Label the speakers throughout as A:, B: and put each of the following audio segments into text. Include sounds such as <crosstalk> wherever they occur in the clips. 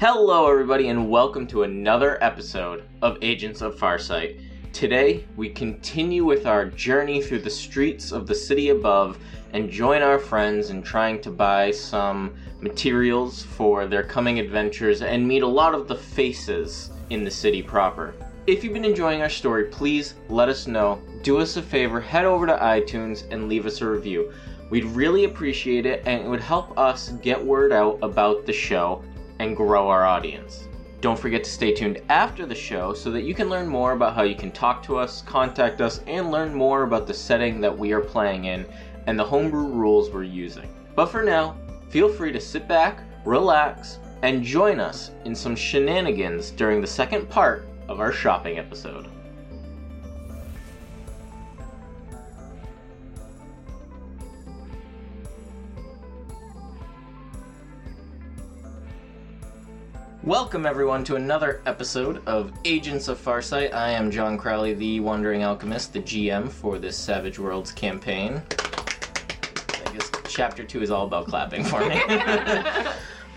A: Hello, everybody, and welcome to another episode of Agents of Farsight. Today, we continue with our journey through the streets of the city above and join our friends in trying to buy some materials for their coming adventures and meet a lot of the faces in the city proper. If you've been enjoying our story, please let us know. Do us a favor, head over to iTunes and leave us a review. We'd really appreciate it, and it would help us get word out about the show and grow our audience. Don't forget to stay tuned after the show so that you can learn more about how you can talk to us, contact us, and learn more about the setting that we are playing in and the homebrew rules we're using. But for now, feel free to sit back, relax, and join us in some shenanigans during the second part of our shopping episode. Welcome, everyone, to another episode of Agents of Farsight. I am John Crowley, the Wandering Alchemist, the GM for this Savage Worlds campaign. I guess chapter two is all about clapping for me.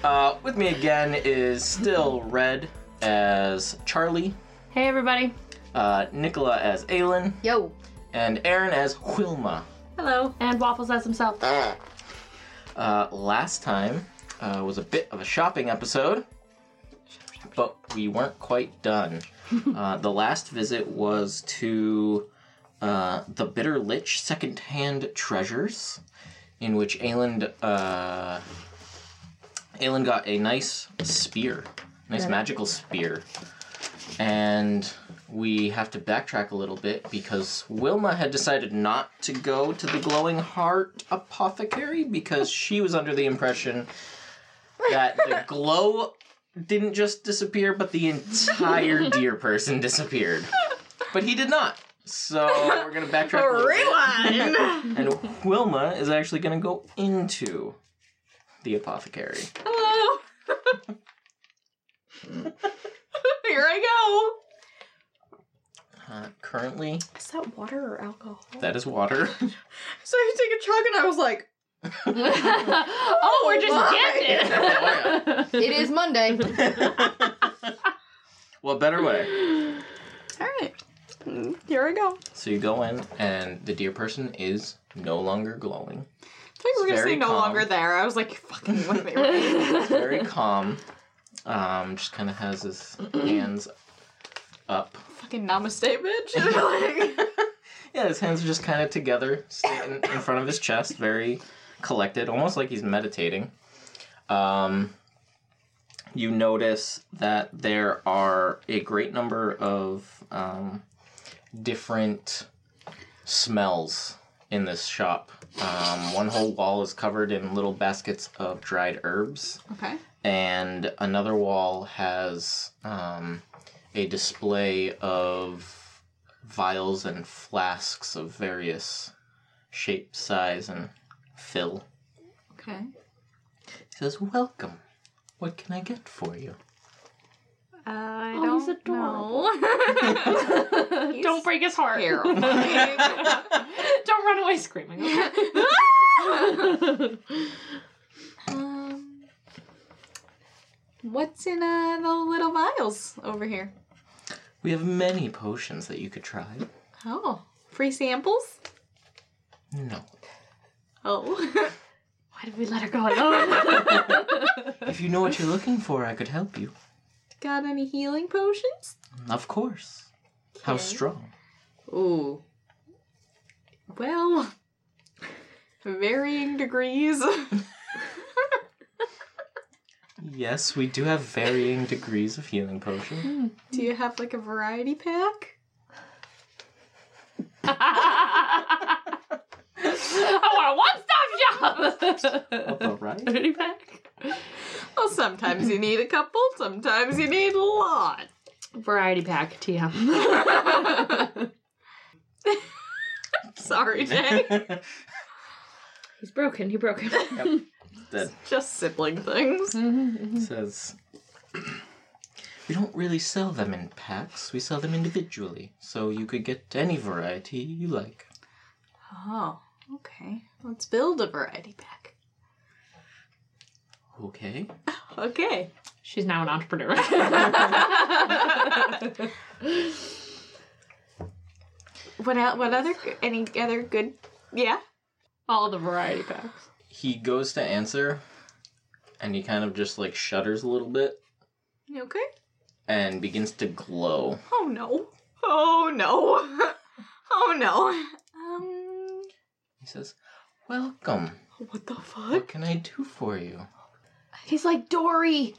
A: uh, with me again is still Red as Charlie,
B: Hey everybody.
A: uh, Nicola as Aelin,
C: Yo.
A: and Aaron as Wilma.
B: Hello. And Waffles
A: <laughs>
B: as himself. <laughs> Oh,
A: Uh, last time uh, was a bit of a shopping episode, but we weren't quite done. uh, the last visit was to uh, the Bitter Lich Secondhand Treasures, in which Aelin, uh, Aelin got a nice spear, nice magical spear. And we have to backtrack a little bit because Wilma had decided not to go to the Glowing Heart Apothecary because she was under the impression that the glow didn't just disappear, but the entire deer person disappeared. But he did not. So we're gonna backtrack. a little bit.
C: Rewind.
D: <laughs>
A: And Wilma is actually gonna go into the apothecary.
D: <laughs>
C: Hello. Here I
A: Uh, currently,
C: go. Is that water or alcohol?
A: that is water. <laughs>
C: So I take a chug and I was like,
B: oh, we're just
C: my.
B: getting
A: Oh,
B: it.
C: it is Monday.
A: <laughs> what better way?
C: All right. Mm, Here I go.
A: So you go in, and the deer person is no longer glowing.
D: I think we're
A: It's
D: gonna
A: very
D: say no
A: calm.
D: longer there. I was like, fucking with me. Right?
A: <laughs>
B: <laughs>
A: Very calm. Um, just kind of has his hands up.
D: fucking namaste, bitch. <laughs>
B: <laughs>
D: Like,
A: Yeah, his hands are just kind of together, sitting in front of his chest, very collected, almost like he's meditating. Um, you notice that there are a great number of um, different smells in this shop. Um, one whole wall is covered in little baskets of dried herbs
D: okay.
A: and another wall has um, a display of vials and flasks of various shape, size, and fill.
D: Okay.
A: He says, "Welcome. What can I get for you?"
D: I
B: Oh, he's adorable. <laughs> Don't break his
C: <laughs>
B: heart. Don't run away
E: <laughs>
B: screaming. okay?
D: um, what's in uh, the little vials over here?
A: We have many potions that you could try.
D: Oh, free samples.
A: No.
D: Oh, <laughs>
B: Why did we let her go
A: <laughs>
B: alone?
A: If you know what you're looking for, I could help you.
D: got any healing potions?
A: Of course. How strong?
D: Ooh. Well, varying degrees. <laughs>
A: Yes, we do have varying degrees of healing potion.
D: Do you have like a variety pack?
B: I want a one-stop shop.
A: All right. <laughs>
E: <laughs>
B: Pretty back.
D: Well, sometimes you need a couple, sometimes you need a lot.
B: Variety pack, TM.
D: <laughs> Sorry, Jay.
B: He's broken. He broke him.
A: Dead.
D: Just sibling things.
A: says we don't really sell them in packs we sell them individually so you could get any variety you like
D: Oh, okay. Let's build a variety pack.
A: Okay.
D: Okay.
E: She's now an entrepreneur.
D: <laughs> What el- what other any other good yeah?
E: All the variety packs.
A: He goes to answer, and he kind of just like shudders a little bit
D: You Okay.
A: and begins to glow.
D: Oh no. Oh no. <laughs> Oh no. Um
A: He says, "Welcome.
D: what the fuck?
A: What can I do for you?"
B: He's like Dory.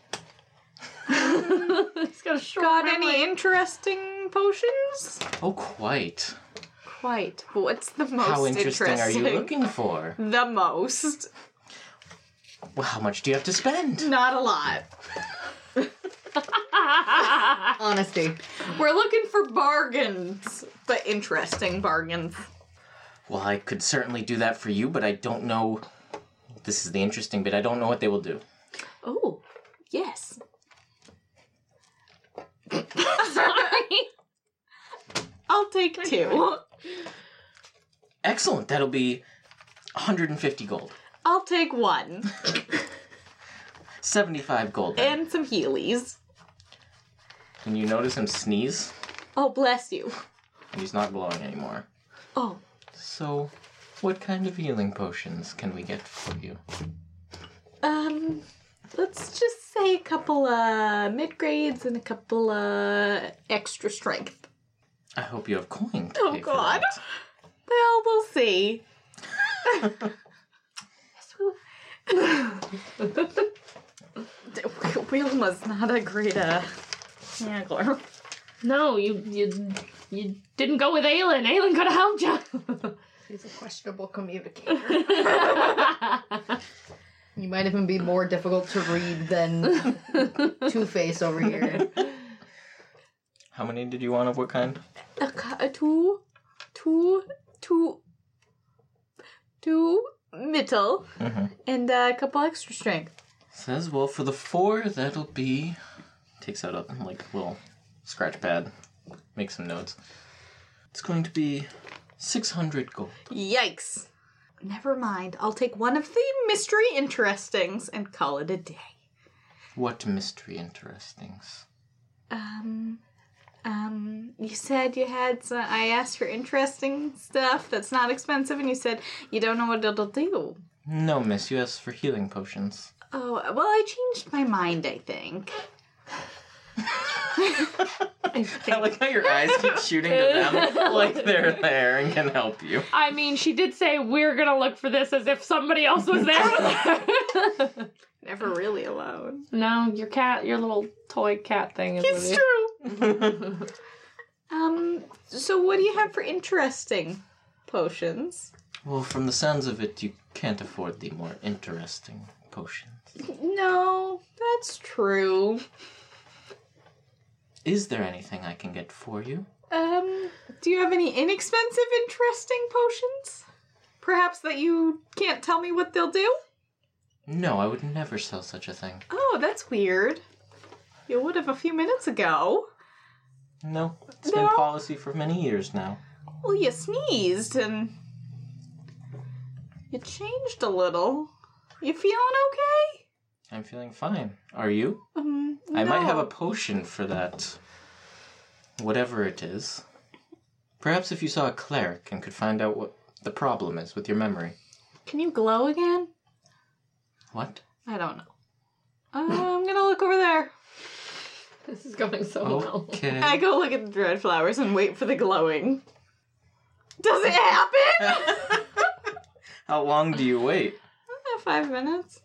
E: He's got a short
D: Got
E: memory.
D: any interesting potions?
A: Oh, quite.
D: Quite. What's the most
A: How interesting,
D: interesting?
A: are you looking for?
D: The most.
A: Well, how much do you have to spend?
D: Not a <laughs> lot.
B: Honesty.
D: We're looking for bargains, but interesting bargains.
A: Well, I could certainly do that for you, but I don't know. This is the interesting bit. I don't know what they will do.
D: Oh, yes. <laughs> I'll take two.
A: Excellent. That'll be 150 gold,
D: I'll take one
A: 75 gold. then.
D: and some Heelys.
A: And you notice him sneeze,
D: Oh, bless you.
A: and he's not glowing anymore.
D: Oh,
A: So, what kind of healing potions can we get for you?
D: um, let's just say a couple uh mid grades and a couple uh extra strength.
A: I hope you have coin. To
D: Oh,
A: pay for
D: God.
A: that.
D: Well, we'll <laughs> see. Wilma's not a great uh, smuggler.
E: No, you you you didn't go with Aelin. Aelin could have helped
B: He's a questionable communicator.
E: you.
B: You might even be more difficult to read than Two Face over here.
A: How many did you want of what kind?
D: A, cu- a uh, two, two, two, two middle,
A: Mhm.
D: and uh, a couple extra strength.
A: Says, well, for the four, that'll be. Takes out a like little scratch pad, makes some notes. It's going to be 600 gold.
D: Yikes! Never mind. I'll take one of the mystery interestings and call it a day.
A: What mystery interestings?
D: Um, um, you said you had. Some, I asked for interesting stuff that's not expensive, and you said you don't know what it'll do.
A: No, miss, you asked for healing potions.
D: Oh well, I changed my mind. I think.
A: <laughs> I like how your eyes
D: <laughs>
A: keep shooting to them like they're there and can help you.
E: <laughs> I mean, she did say we're gonna look for this as if somebody else was there. <laughs>
D: Never really alone.
E: no, your cat, your little toy cat thing is with you.
D: Um. So, what do you have for interesting potions?
A: Well, from the sounds of it, you can't afford the more interesting potions.
D: No, that's true.
A: Is there anything I can get for you?
D: Um. Do you have any inexpensive, interesting potions? Perhaps that you can't tell me what they'll do.
A: No, I would never sell such a thing.
D: Oh, that's weird. You would have a few minutes ago.
A: No, it's
D: No.
A: been policy for many years now.
D: Well, you sneezed and you changed a little. You feeling okay?
A: I'm feeling fine. Are you?
D: Um,
A: I might have
D: no.
A: a potion for that. Whatever it is. Perhaps if you saw a cleric and could find out what the problem is with your memory.
D: Can you glow again?
A: What?
D: I don't know. Uh,
A: <laughs>
D: I'm gonna look over there.
E: This is going so
A: Oh.
E: well.
D: I
A: Okay.
D: go look at the dread flowers and wait for the glowing. Does it happen?
A: <laughs>
D: <laughs>
A: How long do you wait?
D: Uh, Five minutes.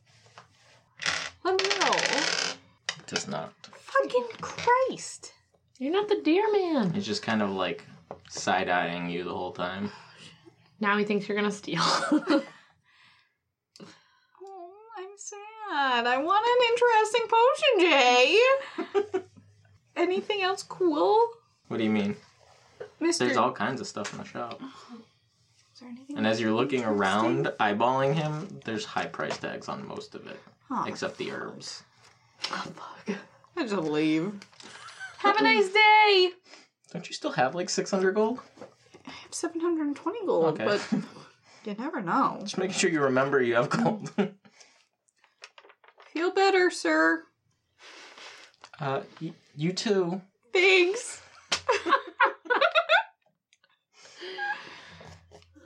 D: Oh no!
A: Does not.
D: Fucking Christ!
E: You're not the deer man.
A: He's just kind of like side eyeing you the whole time.
E: Now he thinks you're gonna <laughs> steal.
D: Oh, I'm sad. I want an interesting potion, Jay. <laughs> Anything else cool,
A: What do you mean?
D: Mister?
A: There's all kinds of stuff in the shop.
D: Is there anything?
A: And as you're looking around, eyeballing him, there's high price tags on most of it,
D: Huh.
A: except the herbs.
D: I just leave. Have a nice day.
A: Don't you still have like 600 gold?
D: I have seven hundred and twenty
A: <laughs>
D: gold,
A: Okay.
D: but you never know.
A: Uh,
D: <laughs>
A: Just making sure you remember you have gold.
D: Feel better, sir.
A: Uh, y- you
D: <laughs>
A: too.
D: Thanks.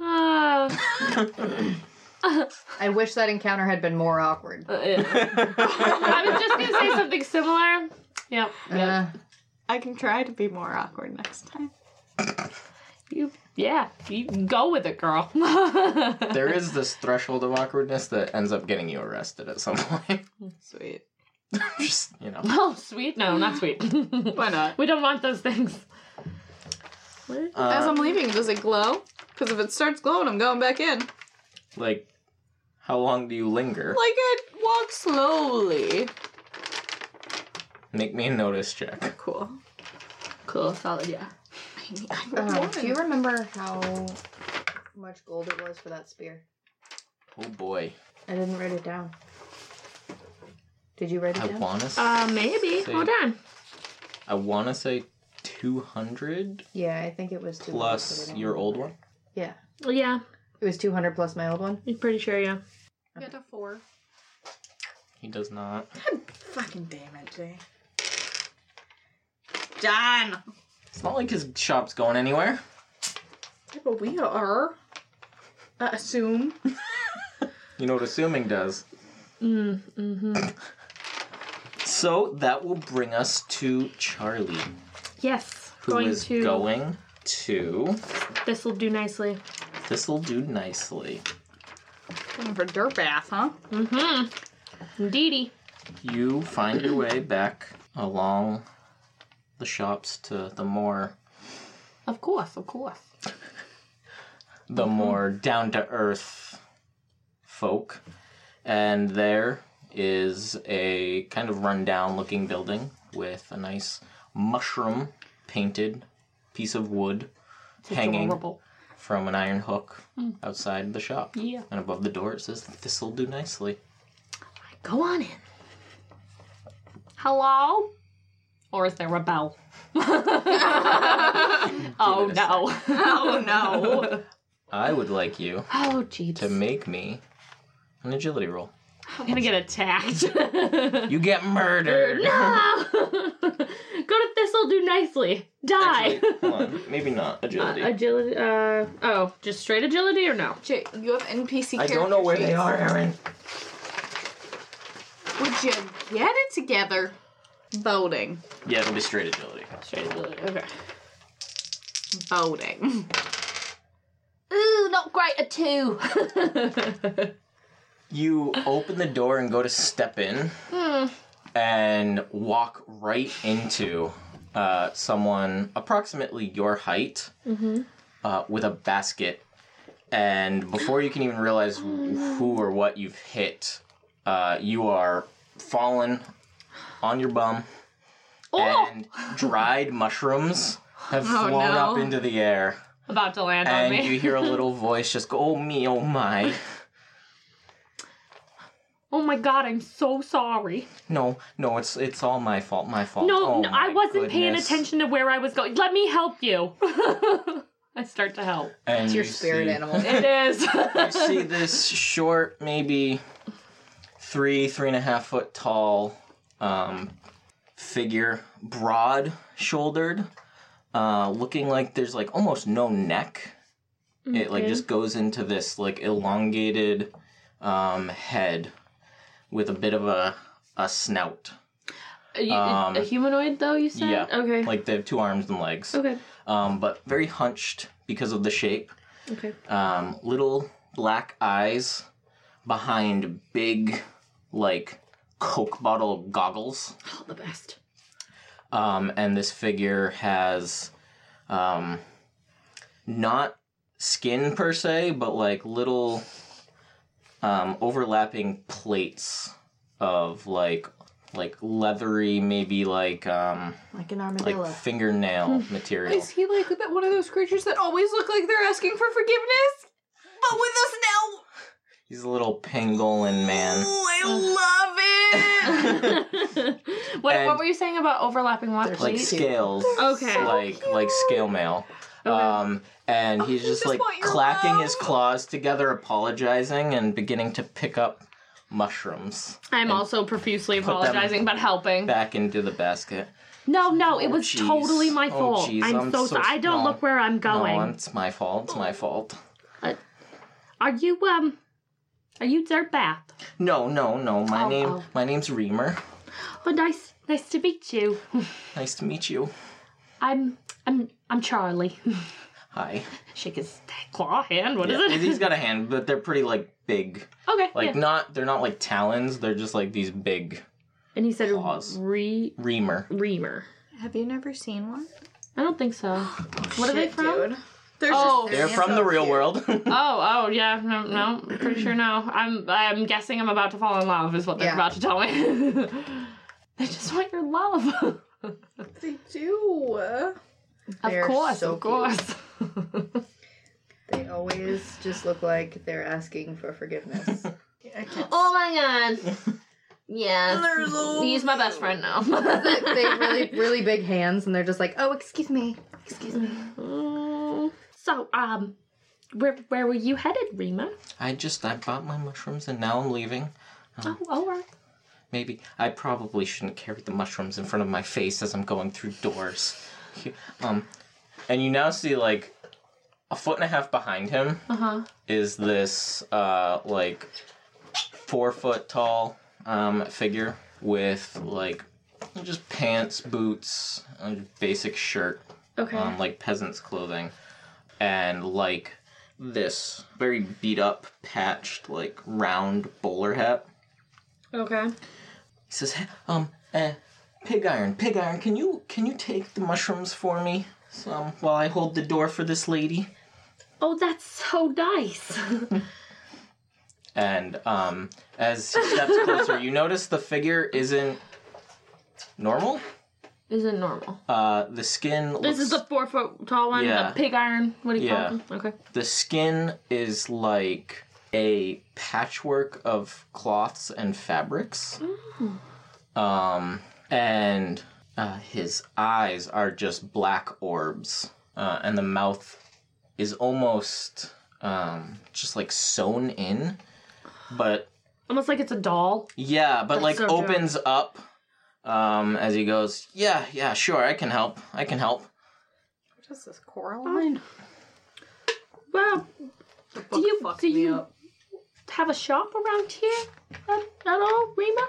E: Ah. <laughs>
B: I wish that encounter had been more awkward.
E: Uh, yeah. I was just gonna say something similar. Yep.
B: Uh,
D: I can try to be more awkward next time.
E: You, yeah, you go with it, <laughs> girl.
A: there is this threshold of awkwardness that ends up getting you arrested at some <laughs> point.
D: Sweet.
A: Just, you know.
E: oh, sweet. No, not sweet. we
D: Why not?
E: don't want those things.
D: As
A: Uh,
D: I'm leaving, does it glow? Because if it starts glowing, I'm going back in. Like
A: like, how long do you linger?
D: I walk slowly.
A: Make me a notice check.
D: Cool.
E: Cool, solid, yeah.
D: I need- I need
B: um,
D: one.
B: do you remember how much gold it was for that spear?
A: Oh boy.
B: I didn't write it down. Did you write it
A: I
B: down?
A: want to.
E: Uh, maybe.
A: Say-
E: Hold on.
A: I want to say two hundred
B: Yeah, I think it was two
A: plus your old one.
B: Yeah,
E: Yeah,
B: it was two hundred plus my old one.
E: I'm pretty sure, yeah.
D: Get a four.
A: He does not.
D: Fucking damn it, Jay. John.
A: It's not like his shop's going anywhere.
D: Yeah, but we are. I assume.
A: You know what assuming does.
E: Mm, hmm
A: <laughs> So that will bring us to Charlie,
E: Yes,
A: who is
E: going to.
A: going to.
E: This will do nicely.
A: This will do nicely.
D: Going for dirt bath, huh?
E: Mm-hmm. Indeedy.
A: You find your way back along the shops to the more
E: Of course, of course.
A: the
E: Mm-hmm.
A: more down to earth folk. And there is a kind of rundown looking building with a nice mushroom painted piece of wood hanging
E: Adorable.
A: from an iron hook outside the shop.
E: Hmm. Yeah.
A: And above the door it says, This'll do nicely.
E: Go on in. Hello? Or is there a
A: <laughs>
E: bell? <laughs> oh
A: Give it a
E: no.
D: <laughs> Oh no.
A: I would like you
E: Oh jeez.
A: to make me an agility roll.
E: I'm gonna get attacked. <laughs>
A: You get murdered!
E: no! <laughs> Go to Thistle do nicely. Die.
A: Actually, hold on. Maybe not agility.
E: <laughs> agility uh oh, just straight agility or no?
D: Jay, you have NPC
A: I
D: characters.
A: don't know where they are, Aaron.
D: Would you get it together? Voting.
A: Yeah, it'll be straight agility.
E: Straight agility. Okay.
D: Voting.
E: Ooh, not great a two.
A: You open the door and go to step in and walk right into uh, someone approximately your height uh, with a basket. And before you can even realize who or what you've hit, uh, you are fallen on your bum and dried mushrooms have flown up
D: no.
A: into the air.
E: <laughs> About to land on
A: and
E: me.
A: you hear a little voice just go, "Oh me, oh my."
E: oh my god, I'm so sorry.
A: No, no, it's it's all my fault. My fault.
E: No,
A: Oh
E: no I
A: my
E: wasn't paying
A: goodness.
E: attention to where I was going. Let me help you. <laughs> I start to help.
A: And
B: It's your
A: you
B: spirit
A: see-
B: animal.
E: It is.
A: You <laughs> see this short, maybe three, three and a half foot tall um, figure, broad shouldered, uh, looking like there's like almost no neck. It like just goes into this like elongated um, head with a bit of a a snout.
E: A- <laughs> you-
A: Um,
E: a humanoid, though, you said? <laughs>
A: Yeah.
E: Okay.
A: Like they have two arms and legs.
E: okay.
A: um, but very hunched because of the shape.
E: Okay.
A: Um, little black eyes behind big, like, Coke bottle goggles.
E: Oh, the best.
A: Um, and this figure has um, not skin per se, but like little um, overlapping plates of like like leathery maybe like um
B: like an
A: like
B: armadillo.
A: fingernail material
D: Is he like that one of those creatures that always look like they're asking for forgiveness? But with a snout?
A: He's a little pangolin man.
D: <laughs> I love it!
E: what,
A: And-
E: what were you saying about overlapping what
B: There's,
A: Like
E: please?
A: scales.
E: Okay. so
A: Like like scale mail. Um and
E: Oh,
A: he's
D: we
A: just
D: just
A: like
D: want your
A: clacking
D: love.
A: his claws together, apologizing and beginning to pick up mushrooms
E: I'm also profusely
A: them-
E: apologizing, but helping.
A: back into the basket.
E: no, no, it was
A: jeez.
E: totally my
A: Oh,
E: fault.
A: jeez,
E: I'm,
A: I'm
E: so
A: so
E: sorry. I don't
A: small.
E: look where I'm going. Oh.
A: No, it's my fault. It's my fault.
E: Are you um? Are you their bath?
A: No, no, no. My
E: Oh,
A: name,
E: oh.
A: my name's Reamer.
E: Oh, nice, nice to meet you.
A: Nice to meet you.
E: I'm, I'm, I'm Charlie. <laughs>
A: Hi.
E: Shake his claw hand. What <laughs> is
A: Yeah,
E: it?
A: He's got a hand, but they're pretty like big.
E: okay.
A: Like
E: yeah.
A: not, they're not like talons. They're just like these big
E: And he said,
A: claws.
E: "Re
A: Reamer.
E: reamer."
D: Have you never seen one?
E: I don't think
A: <sighs>
E: so.
A: Oh,
E: what are they from?
B: Dude.
C: There's
E: Oh.
C: just
A: They're
B: Yeah,
A: from
B: so
A: the real
B: cute.
A: world. <laughs>
E: Oh, oh, yeah, no, no, I'm pretty sure no. I'm, I'm guessing I'm about to fall in love is what they're
B: Yeah.
E: about to tell me. <laughs> they just want your love. <laughs>
C: they do.
B: They're
E: of course,
B: so
E: of
B: cute.
E: course. <laughs>
B: They always just look like they're asking for forgiveness.
C: I can't.
E: oh my god. <laughs> Yeah.
C: There's a-
E: He's my best friend now.
B: they have <laughs> really, really big hands, and they're just like, oh, excuse me, excuse me.
E: <laughs> so, um, where where were you headed, Rima?
A: I just, I bought my mushrooms and now I'm leaving.
E: Oh, all right.
A: Maybe I probably shouldn't carry the mushrooms in front of my face as I'm going through doors. Um, and you now see like a foot and a half behind him
E: Uh huh.
A: is this uh like four foot tall um figure with like just pants, boots, a basic shirt,
E: Okay.
A: um, like peasants' clothing, and like this very beat up, patched, like round bowler hat.
E: okay.
A: He says, "Hey, um, eh, pig iron, pig iron, can you can you take the mushrooms for me? Some while I hold the door for this lady.
E: Oh, that's so nice.
A: And um, as he
E: <laughs>
A: steps closer, you notice the figure isn't normal.
E: <laughs> Is it normal?
A: Uh, the skin. Looks,
E: This is the four foot tall one,
A: Yeah.
E: the pig iron. What do you
A: Yeah.
E: call them? Okay.
A: the skin is like a patchwork of cloths and fabrics. Um, and uh, his eyes are just black orbs, uh, and the mouth is almost um, just like sewn in, but
E: Almost like it's a doll.
A: yeah, but
E: That's
A: like
E: so dope.
A: opens up um, as he goes. Yeah, yeah, sure, I can help. I can help.
C: What is this
D: Oh,
C: Coraline?
E: Well,
C: Book
E: do you
C: fucked
E: do
C: me
E: you
C: up.
E: have a shop around here at, at all, Rima?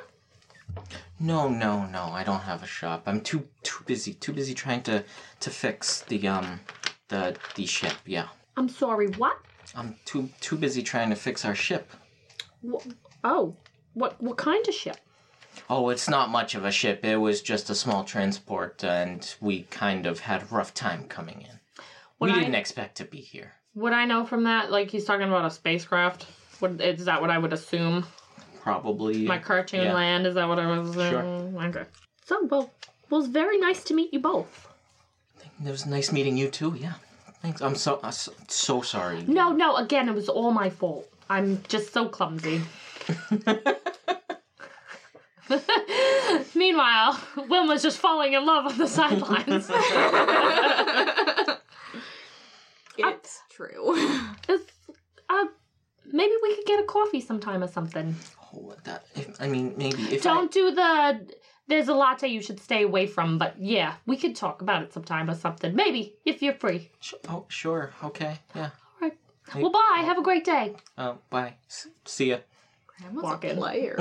A: No, no, no. I don't have a shop. I'm too too busy. Too busy trying to to fix the um the the ship. Yeah.
E: I'm sorry. What?
A: I'm too too busy trying to fix our ship.
E: Wh- Oh, what what kind of ship?
A: Oh, it's not much of a ship. It was just a small transport and we kind of had a rough time coming in.
E: Would
A: we
E: I-
A: didn't expect to be here.
E: Would I know from that? Like he's talking about a spacecraft. Would is that what I would assume?
A: Probably.
E: My cartoon
A: yeah.
E: land. Is that what I was? Assuming? Sure. Okay. So well, well, it's very nice to meet you both.
A: It was nice meeting you too. Yeah. Thanks. I'm so I'm so- so sorry.
E: No, no. Again, it was all my fault. I'm just so clumsy. <laughs> Meanwhile, Wilma's just falling in love on the <laughs> sidelines.
C: It's true.
E: It's, uh, maybe we could get a coffee sometime or something.
A: Oh, what that, if, I mean, maybe if I-
E: Don't do the. There's a latte you should stay away from, but yeah, we could talk about it sometime or something. Maybe if you're free.
A: Sh- Oh, sure. Okay. Yeah.
E: Well, bye. Have a great day.
A: Um. Bye. S- see ya.
C: Grandma's
E: Walk
C: a
E: in.
C: player.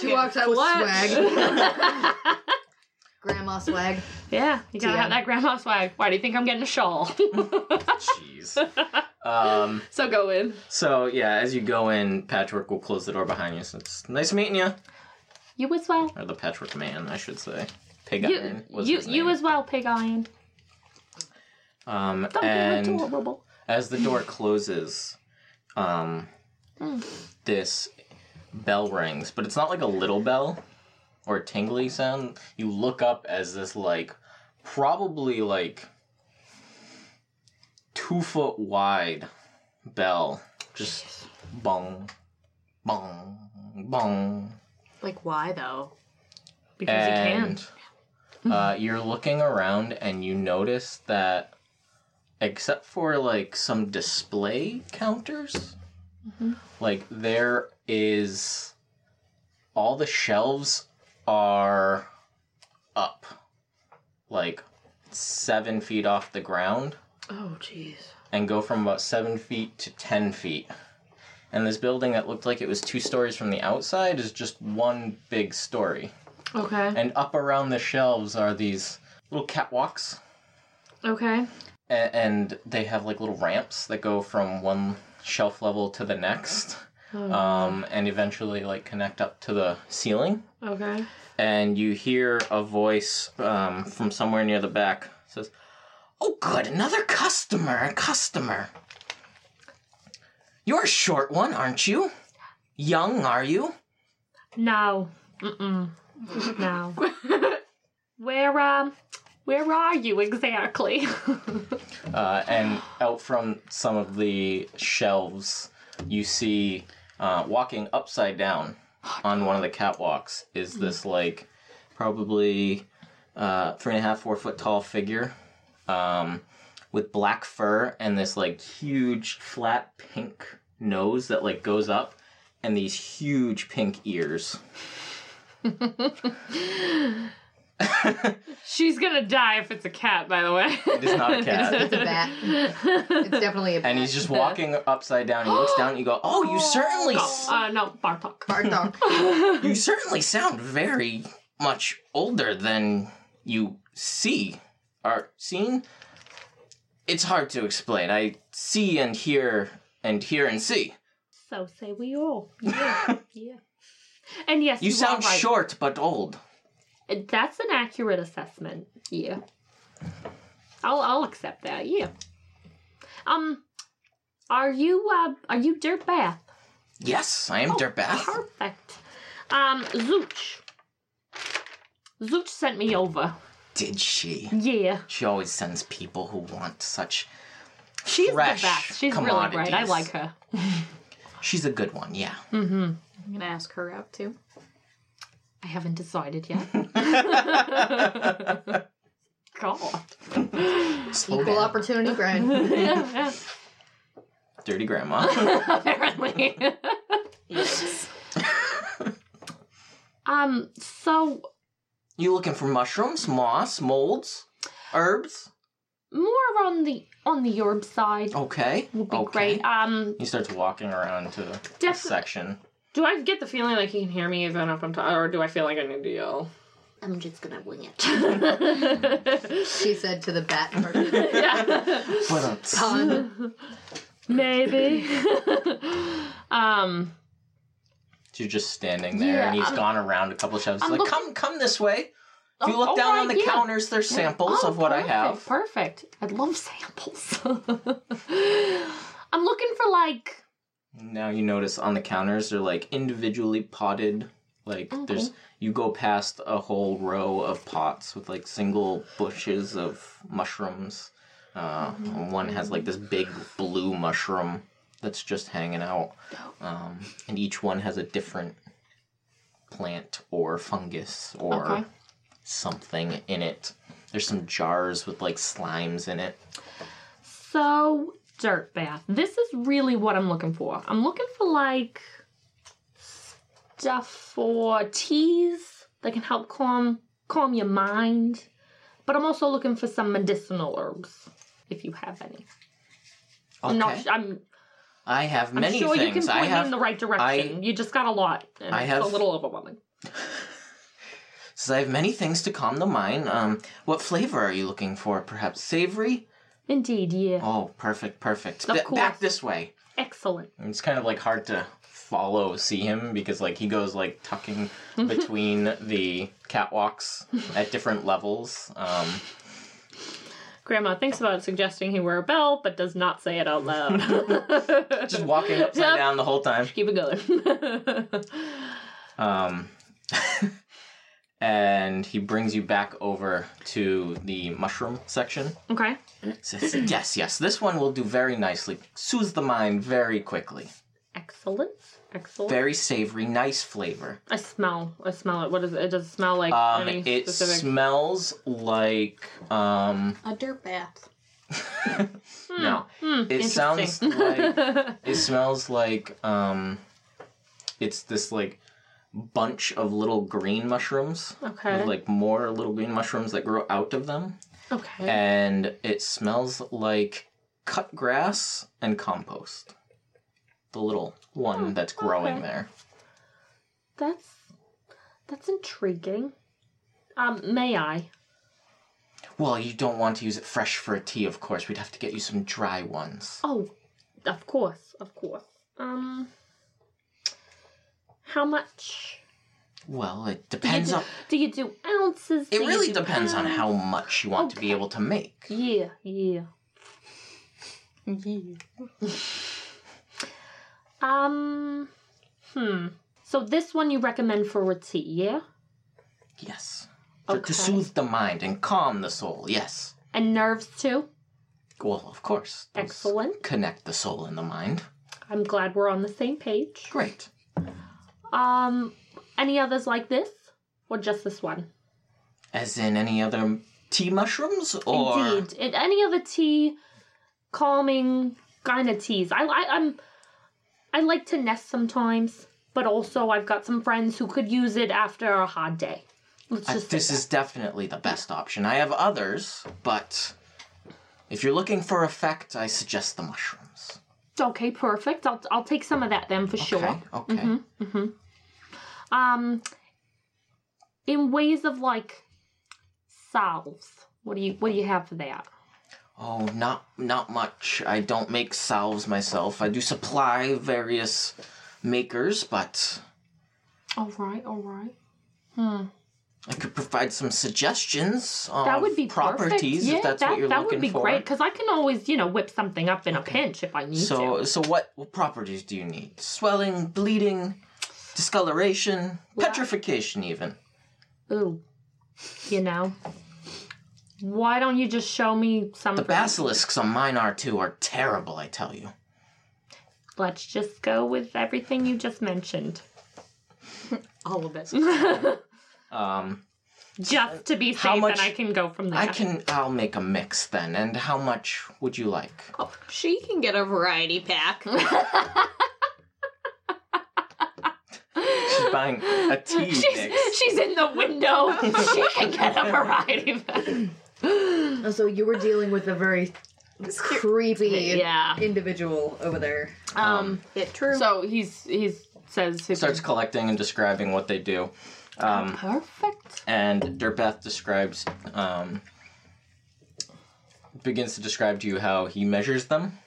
B: She walks out with swag. <laughs> Grandma swag.
E: yeah, you gotta
B: TM.
E: have that grandma swag. Why do you think I'm getting a shawl? <laughs>
A: Jeez. Um.
E: so go in.
A: So yeah, as you go in, Patchwork will close the door behind you. So it's nice meeting you,
E: You as well.
A: or the Patchwork Man, I should say. Pig
E: You,
A: Iron was
E: you,
A: his name.
E: you as well, Pig Iron.
A: um,
E: Don't be
A: and
E: Oh, adorable.
A: as the door closes, um, this bell rings, but it's not like a little bell or a tingly sound. You look up as this like probably like two foot wide bell, just bong, bong, bong.
C: Like, why
D: <laughs>
C: though?
E: Because you
A: and
E: <laughs>
A: uh, you're looking around and you notice that except for like some display counters
E: Mm-hmm.
A: Like there is all the shelves are up like seven feet off the ground
B: Oh, jeez.
A: and go from about seven feet to ten feet. And this building that looked like it was two stories from the outside is just one big story.
B: Okay.
A: And up around the shelves are these little catwalks,
B: Okay.
A: a- and they have like little ramps that go from one shelf level to the next, um, and eventually like connect up to the ceiling.
B: Okay.
A: And you hear a voice um, from somewhere near the back says, "Oh, good, another customer, a customer. You're a short one, aren't you? Young, are you?
E: No. Mm-mm. <laughs> No. where um where are you exactly?
A: Uh, and out from some of the shelves, you see uh, walking upside down on one of the catwalks is this like probably uh, three and a half, four foot tall figure um, with black fur and this like huge flat pink nose that like goes up and these huge pink ears.
E: She's gonna die if it's a cat, by the way. <laughs>
A: It is <laughs> not a cat.
B: It's a bat. It's definitely a bat.
A: And he's just walking upside down. He looks down and you go, Oh, you certainly s-
E: uh no, Bartok.
B: Bartok.
A: You certainly sound very much older than you see are seen. It's hard to explain. I see and hear and hear and see.
E: So say we all. <laughs> Yeah. yeah. And yes,
A: You,
E: are
A: sound
E: right.
A: short but old.
E: That's an accurate assessment. Yeah. I'll I'll accept that. Yeah. Um are you uh are you dirt bath?
A: Yes, I am Dirtbath.
E: Perfect. Um Zooch. Zooch sent me over.
A: Did she?
E: Yeah.
A: She always sends people who want such.
E: She's
A: Fresh
E: the best. She's really great. I
A: commodities.
E: like her. Mm-hmm.
A: She's a good one, <laughs> yeah.
D: I'm gonna ask her out too.
E: I haven't decided yet. <laughs> <laughs> God.
A: Slow
B: Equal
A: down.
B: opportunity, <laughs> Brian.
A: Dirty grandma. <laughs>
E: Apparently. um, so
A: you looking for mushrooms, moss, molds, herbs?
E: more on the on the herb side
A: Okay.
E: would be
A: okay.
E: great. Um
A: He starts walking around to the
E: Defi-
A: section.
F: Do I get the feeling like he can hear me even if I'm talking, or do I feel like I need to yell?
E: I'm just gonna wing it.
B: she said to the bat person.
E: <laughs> yeah.
A: uh,
E: <laughs>
B: Pun.
E: Maybe. um
A: You're just standing there,
E: Yeah,
A: and he's
E: I'm-
A: gone around a couple of shelves. He's
E: I'm
A: like,
E: looking-
A: "Come, come this way." If you
E: Oh,
A: look
E: oh,
A: down on
E: right,
A: the
E: yeah.
A: counters, there's samples
E: Oh,
A: of what
E: perfect,
A: I have.
E: Perfect. I love samples. <laughs> I'm looking for like
A: Now you notice on the counters they're like individually potted. Like there's you go past a whole row of pots with like single bushes of mushrooms. Uh,
E: Mm-hmm.
A: and One has like this big blue mushroom that's just hanging out, um, and each one has a different plant or fungus or
E: Okay.
A: something in it. There's some jars with like slimes in it.
E: so dirt bath. This is really what I'm looking for. I'm looking for like stuff for teas that can help calm calm your mind. But I'm also looking for some medicinal herbs if you have any.
A: Okay,
E: I'm not I'm,
A: I have
E: I'm
A: many
E: sure
A: things.
E: you can
A: I
E: point
A: have
E: me in the right direction. you just got a lot and
A: I
E: it's
A: have-
E: a little overwhelming.
A: Says I have many things to calm the mind. Um, what flavor are you looking for? Perhaps savory.
E: Indeed, yeah.
A: Oh, perfect, perfect.
E: Of
A: Ba- back
E: course.
A: this way.
E: Excellent.
A: And It's kind of like hard to follow, see him because like he goes like
E: <laughs>
A: tucking between the catwalks at different levels. Um,
E: Grandma thinks about suggesting he wear a belt, but does not say it out loud.
A: <laughs> just walking upside
E: Yep.
A: down the whole time.
E: Keep it going. <laughs>
A: Um, and he brings you back over to the mushroom section.
E: okay.
A: Says,
E: <clears throat>
A: yes, yes, this one will do very nicely. Soothes the mind very quickly.
E: Excellent. Excellent.
A: Very savory, nice flavor.
E: I smell. I smell it. What is it? It does smell like
A: Um,
E: any
A: it
E: specific.
A: smells like um
D: A dirt bath.
E: Hmm.
A: no, It sounds like
E: <laughs>
A: it smells like um, it's this like bunch of little green mushrooms,
F: Okay.
A: with, like more little green mushrooms that grow out of them,
F: okay.
A: and it smells like cut grass and compost. The little
E: Oh,
A: one that's growing
F: okay.
A: there.
E: that's that's intriguing. Um, may I?
A: Well, you don't want to use it fresh for a tea, of course. We'd have to get you some dry ones.
E: Oh, of course, of course. Um, how much
A: Well, it
E: do you
A: depends
E: do?
A: on.
E: Do you do ounces?
A: It
E: Do you
A: really
E: do
A: depends on
E: pounds?
A: how much you want to be
E: Okay.
A: able to make.
E: Yeah, yeah.
D: Mm-hmm.
C: Yeah.
E: Um, hmm. So this one you recommend for a tea, yeah?
A: Yes. For,
E: Okay.
A: To soothe the mind and calm the soul, yes.
E: And nerves too.
A: Well, of course. those
E: Excellent.
A: Connect the soul and the mind.
E: I'm glad we're on the same page.
A: Great.
E: Um, any others like this, or just this one?
A: As in any other tea mushrooms or
E: Indeed, in any other tea, calming kind of teas. I, I I'm I like to nest sometimes, but also I've got some friends who could use it after a hard day. Let's
A: I-
E: just say
A: Uh, this
E: that.
A: is definitely the best option. I have others, but if you're looking for effect, I suggest the mushrooms.
E: okay. Perfect. I'll I'll take some of that then for sure. Mm-hmm.
A: Okay. Okay.
E: Um, in ways of like salves. What do you what do you have for that?
A: Oh, not not much. I don't make salves myself. I do supply various makers, but
E: All right, all right.
A: I could provide some suggestions on
E: That would be
A: properties
E: perfect. Yeah,
A: if that's
E: that,
A: what you're
E: that
A: looking
E: would be
A: for.
E: great because I can always you know whip something up in a pinch if I need to.
A: So, so what, what properties do you need? Swelling, bleeding, discoloration, petrification, even.
E: Ooh, you know. Why don't you just show me some?
A: The
E: of them?
A: basilisks on mine are too are terrible. I tell you.
E: Let's just go with everything you just mentioned,
C: All of it.
A: Um,
E: just to be safe,
A: How much-
E: and I can go from there.
A: I can. I'll make a mix then. And how much would you like?
D: <laughs> Oh, she can get a variety <laughs> pack.
A: She's buying a tea
E: <laughs> She's, she's in the
A: <laughs>
E: window. she can get a variety. of
B: Oh, So you were dealing with a very creepy
E: Yeah.
B: individual over there.
F: Um.
D: Bit true.
F: So he's he's says his
A: Starts collecting and describing what they do. Um,
E: Perfect.
A: and Derbeth describes um, begins to describe to you how he measures them.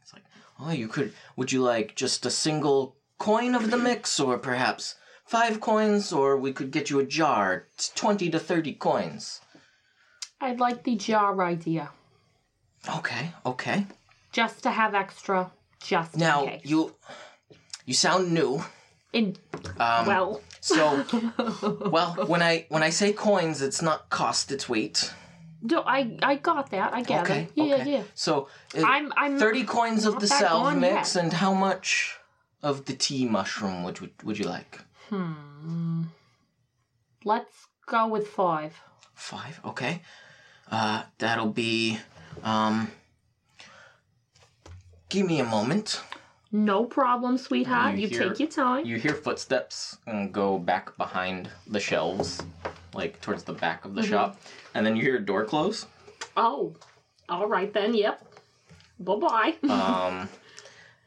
A: It's like, oh, you could. Would you like just a single coin of the mix, or perhaps five coins, or we could get you a jar, it's twenty to thirty coins.
E: I'd like the jar idea,
A: Okay, okay.
E: just to have extra, just
A: Now
E: in case.
A: you you sound new.
E: In
A: Um,
E: well, <laughs>
A: so well when I when I say coins, it's not cost, it's weight.
E: do, I I got that. I get
A: Okay,
E: it. Yeah,
A: okay.
E: yeah.
A: So uh,
E: I'm I'm
A: 30 coins of
E: Not
A: the
E: that
A: salve
E: gone
A: mix,
E: yet.
A: and how much of the tea mushroom would, would, would you like?
E: Hmm. Let's go with five.
A: Five, okay. Uh, that'll be. Um, give me a moment.
E: No problem, sweetheart.
A: You
E: You,
A: hear-
E: take your time.
A: You hear footsteps and go back behind the shelves, like towards the back of the shop, and then you hear a door close.
E: oh, all right then. Yep.
A: <laughs>
E: Bye bye.
A: Um,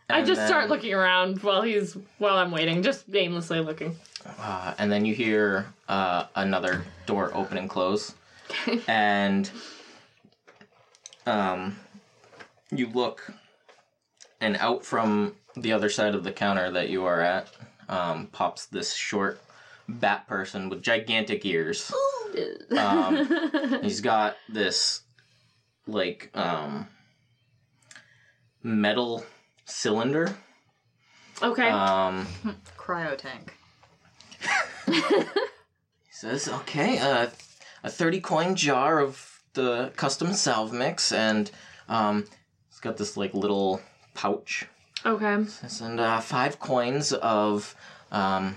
F: I
A: and
F: just start
A: then-
F: looking around while he's while I'm waiting, just aimlessly looking.
A: Uh, and then you hear uh, another door open and close. and um, you look, and out from the other side of the counter that you are at um, pops this short bat person with gigantic ears. Um, he's got this, like, um, metal cylinder.
F: Okay.
A: Um,
B: Cryo tank.
A: Says, okay, uh, a 30 coin jar of the custom salve mix, and um, it's got this like little pouch.
F: okay.
A: Says, And uh, five coins of um,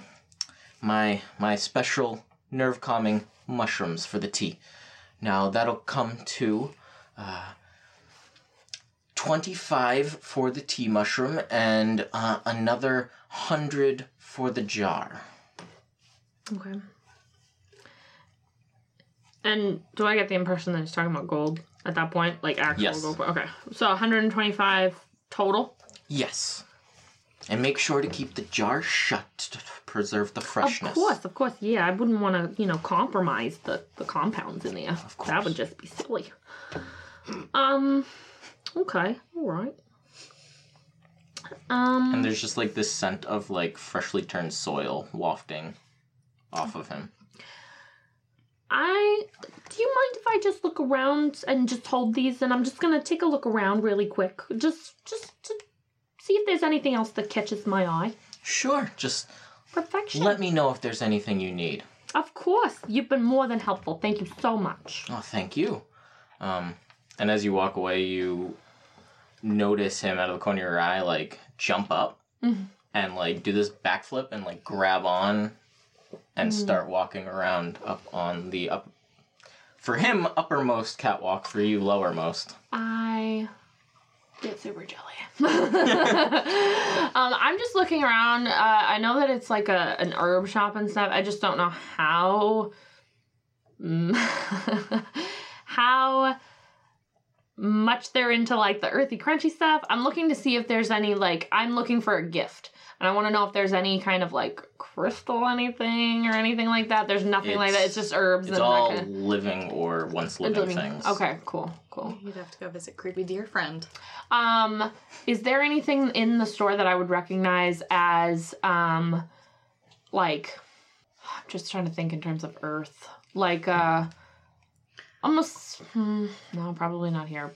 A: my my special nerve calming mushrooms for the tea. Now that'll come to uh, 25 for the tea mushroom and uh, another 100 for the jar.
E: Okay. And do I get the impression that he's talking about gold at that point? Like actual
A: Yes.
E: gold? Okay. So 125 total.
A: Yes. And make sure to keep the jar shut to preserve the freshness.
E: Of course, of course. Yeah, I wouldn't want to, you know, compromise the, the compounds in there.
A: course.
E: That would just be silly. Um, okay. All right. Um,
A: And there's just like this scent of like freshly turned soil wafting off of him.
E: I do you mind if I just look around and just hold these and I'm just gonna take a look around really quick. Just just to see if there's anything else that catches my eye.
A: Sure, just
E: Perfection.
A: let me know if there's anything you need.
E: of course. You've been more than helpful. Thank you so much.
A: Oh, thank you. Um, and as you walk away, you notice him out of the corner of your eye, like jump up
E: Mm-hmm.
A: and like do this backflip and like grab on and
E: Mm-hmm.
A: start walking around up on the up. For him, uppermost catwalk. For you, lowermost.
E: I get
A: <laughs>
E: super jelly. um, I'm just looking around. Uh, I know that it's like a an herb shop and stuff. I just don't know how <laughs> mm, how much they're into like the earthy crunchy stuff. I'm looking to see if there's any like I'm looking for a gift. And I want to know if there's any kind of like crystal anything or anything like that. There's nothing like that.
A: It's-
E: It's just herbs
A: It's
E: and
A: all
E: that kind of
A: living or once living, things.
E: Okay, cool, cool.
D: You'd have to go visit creepy dear friend.
E: Um, is there anything in the store that I would recognize as um, like? I'm just trying to think in terms of Earth, like uh, almost. Hmm, no, probably not here.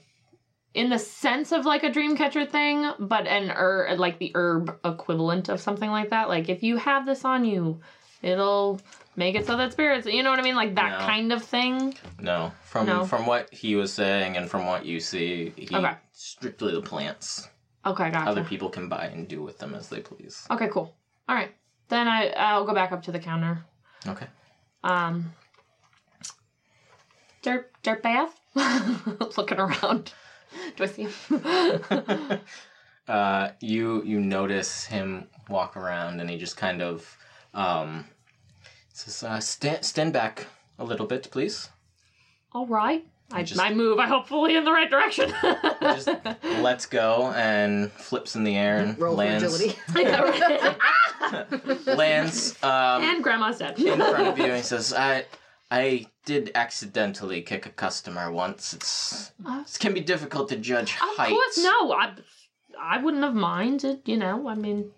E: In the sense of like a dream catcher thing, but an herb, like the herb equivalent of something like that. Like if you have this on you, it'll make it so that spirits, you know what I mean, like that
A: No.
E: kind of thing.
A: No, from
E: No.
A: from what he was saying and from what you see, he
E: Okay.
A: strictly the plants.
E: Okay, gotcha.
A: Other people can buy and do with them as they please.
E: Okay, cool. All right, then I I'll go back up to the counter.
A: Okay.
E: um dirt dirt bath <laughs> looking around do i see him <laughs>
A: uh, you you notice him walk around, and he just kind of um, says, uh, "Stand stand back a little bit, please."
E: all right I,
A: You just-
E: I move i hopefully in the right direction <laughs>
A: Just lets go and flips in the air and
B: Roll
A: lands
B: for agility. <laughs>
A: lands um,
E: and grandma's dead
A: <laughs> in front of you, and he says, "I." I did accidentally kick a customer once. It's it can be difficult to judge
E: Uh, of
A: height.
E: course no i i wouldn't have minded you know i mean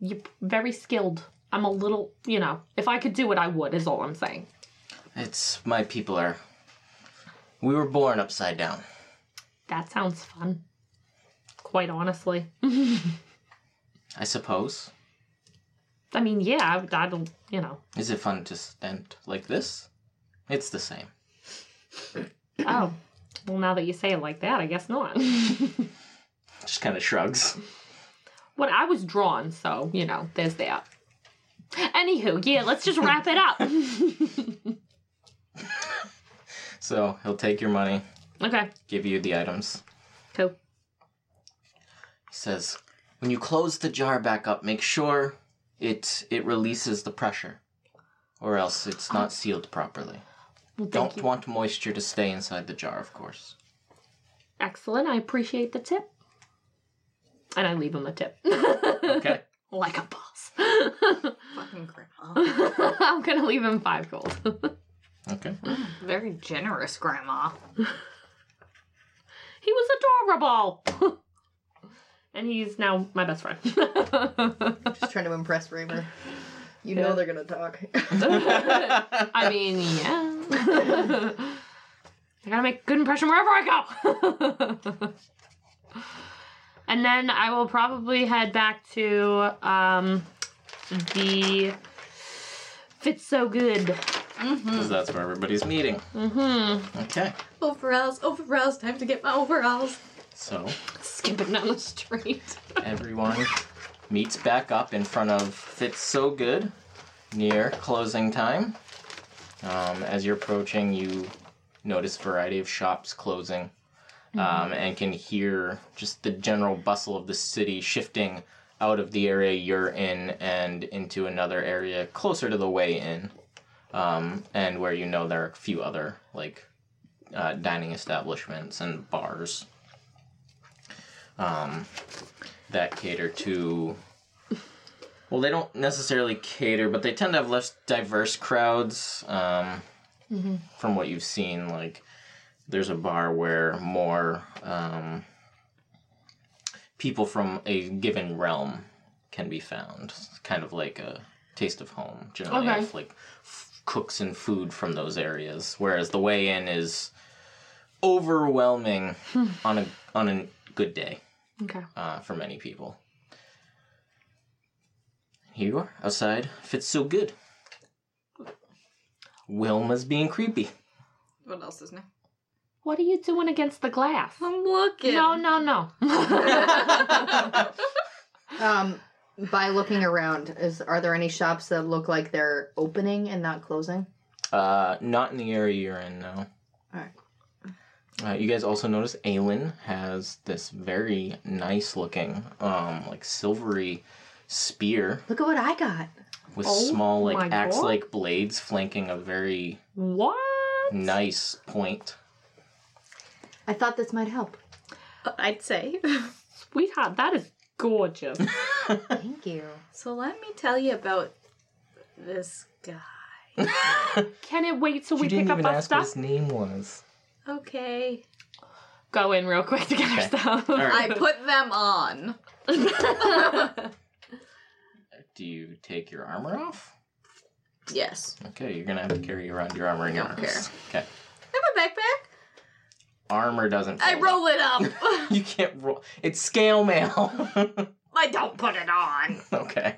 E: you're very skilled i'm a little you know if i could do it i would is all i'm saying
A: It's my people are. We were born upside down.
E: that sounds fun quite honestly
A: I suppose.
E: i mean yeah i, I don't you know
A: Is it fun to stand like this? It's the same.
E: Oh. Well, now that you say it like that, I guess not. <laughs>
A: Just kind of shrugs.
E: what I was drawn, so, you know, there's that. Anywho, yeah, let's just wrap it up.
A: So he'll take your money,
E: okay,
A: give you the items.
E: cool.
A: He says, "When you close the jar back up, make sure it it releases the pressure, or else it's
E: <laughs>
A: not sealed properly.
E: Well, thank
A: Don't
E: you.
A: want moisture to stay inside the jar, of
E: <laughs>
A: course."
E: Excellent. I appreciate the tip. And I leave him a tip. <laughs>
A: Okay.
E: like a boss. <laughs>
D: Fucking grandma.
E: I'm going to leave him five gold. <laughs>
A: okay.
D: Very generous grandma.
E: he was adorable. <laughs> and he's now my best friend. <laughs>
B: Just trying to impress Reaver. You know they're gonna talk.
E: I mean, yeah. <laughs> I gotta make a good impression wherever I go. <laughs> and then I will probably head back to um, the Fits So Good.
A: 'Cause that's where everybody's meeting.
E: Mm-hmm.
A: Okay.
D: Overalls, overalls, time to get my overalls.
A: So
E: Skipping down the street.
A: Everyone meets back up in front of Fits So Good near closing time. Um, as you're approaching, you notice a variety of shops closing. um, and can hear just the general bustle of the city shifting out of the area you're in and into another area closer to the way in, um, and where you know there are a few other like uh, dining establishments and bars um, that cater to. Well, they don't necessarily cater, but they tend to have less diverse crowds. Um,
E: Mm-hmm.
A: From what you've seen, like there's a bar where more um, people from a given realm can be found. It's kind of like a taste of home. Generally,
E: Okay.
A: have, like f- cooks and food from those areas, whereas the way in is overwhelming on a on a good day
E: Hmm. Okay.
A: uh, for many people. Here you are, outside. Fits so good. Wilma's being creepy.
D: What else is new?
E: What are you doing against the glass?
A: Oh,
D: I'm looking.
E: No, no, no.
B: <laughs>
D: <laughs>
B: Um, by looking around, is are there any shops that look like they're opening and not closing?
A: Uh, not in the area you're in, no.
B: Alright.
A: Uh, you guys also notice Aelin has this very nice looking, um, like silvery spear
B: Look at what I got.
A: with
E: Oh
A: small, like
E: my
A: axe like blades flanking a very
E: what?
A: nice point.
B: I thought this might help.
D: I'd say. <laughs>
E: Sweetheart, that is
A: <laughs>
E: gorgeous.
B: Thank you.
D: So let me tell you about this guy.
E: Can it wait till we
A: you didn't
E: pick up
A: even
E: our
A: ask what
E: stuff?
A: his name was.
D: Okay.
E: Go in real quick to get
A: Okay.
E: our stuff.
A: All
E: <laughs>
D: I put them on.
A: Do you take your armor off?
D: Yes.
A: Okay, you're gonna have to carry around your armor in your
D: Don't
A: arms. Okay,
D: I have a backpack.
A: armor doesn't.
D: I
A: fold
D: roll it up. <laughs>
E: <laughs>
A: up. <laughs> You can't roll. It's scale mail.
D: I don't put it on.
A: <laughs> okay.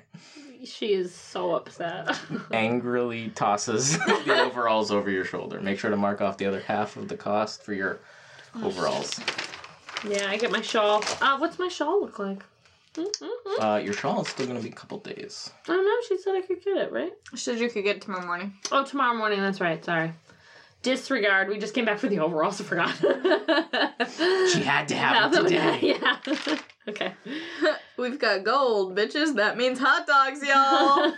E: She is so upset.
A: Angrily tosses <laughs> the overalls over your shoulder. Make sure to mark off the other half of the cost for your overalls.
E: yeah, I get my shawl. Uh, what's my shawl look like? Mm-mm-mm.
A: Uh, your shawl is still gonna be a couple days.
E: I don't know. She said I could get it, right?
D: Should you could get it tomorrow morning.
E: Oh, tomorrow morning. That's right. Sorry. Disregard. We just came back for the overalls. I forgot.
A: She had to have it today.
E: <laughs> yeah. okay.
D: We've got gold, bitches. That means hot dogs,
E: <laughs>
D: y'all.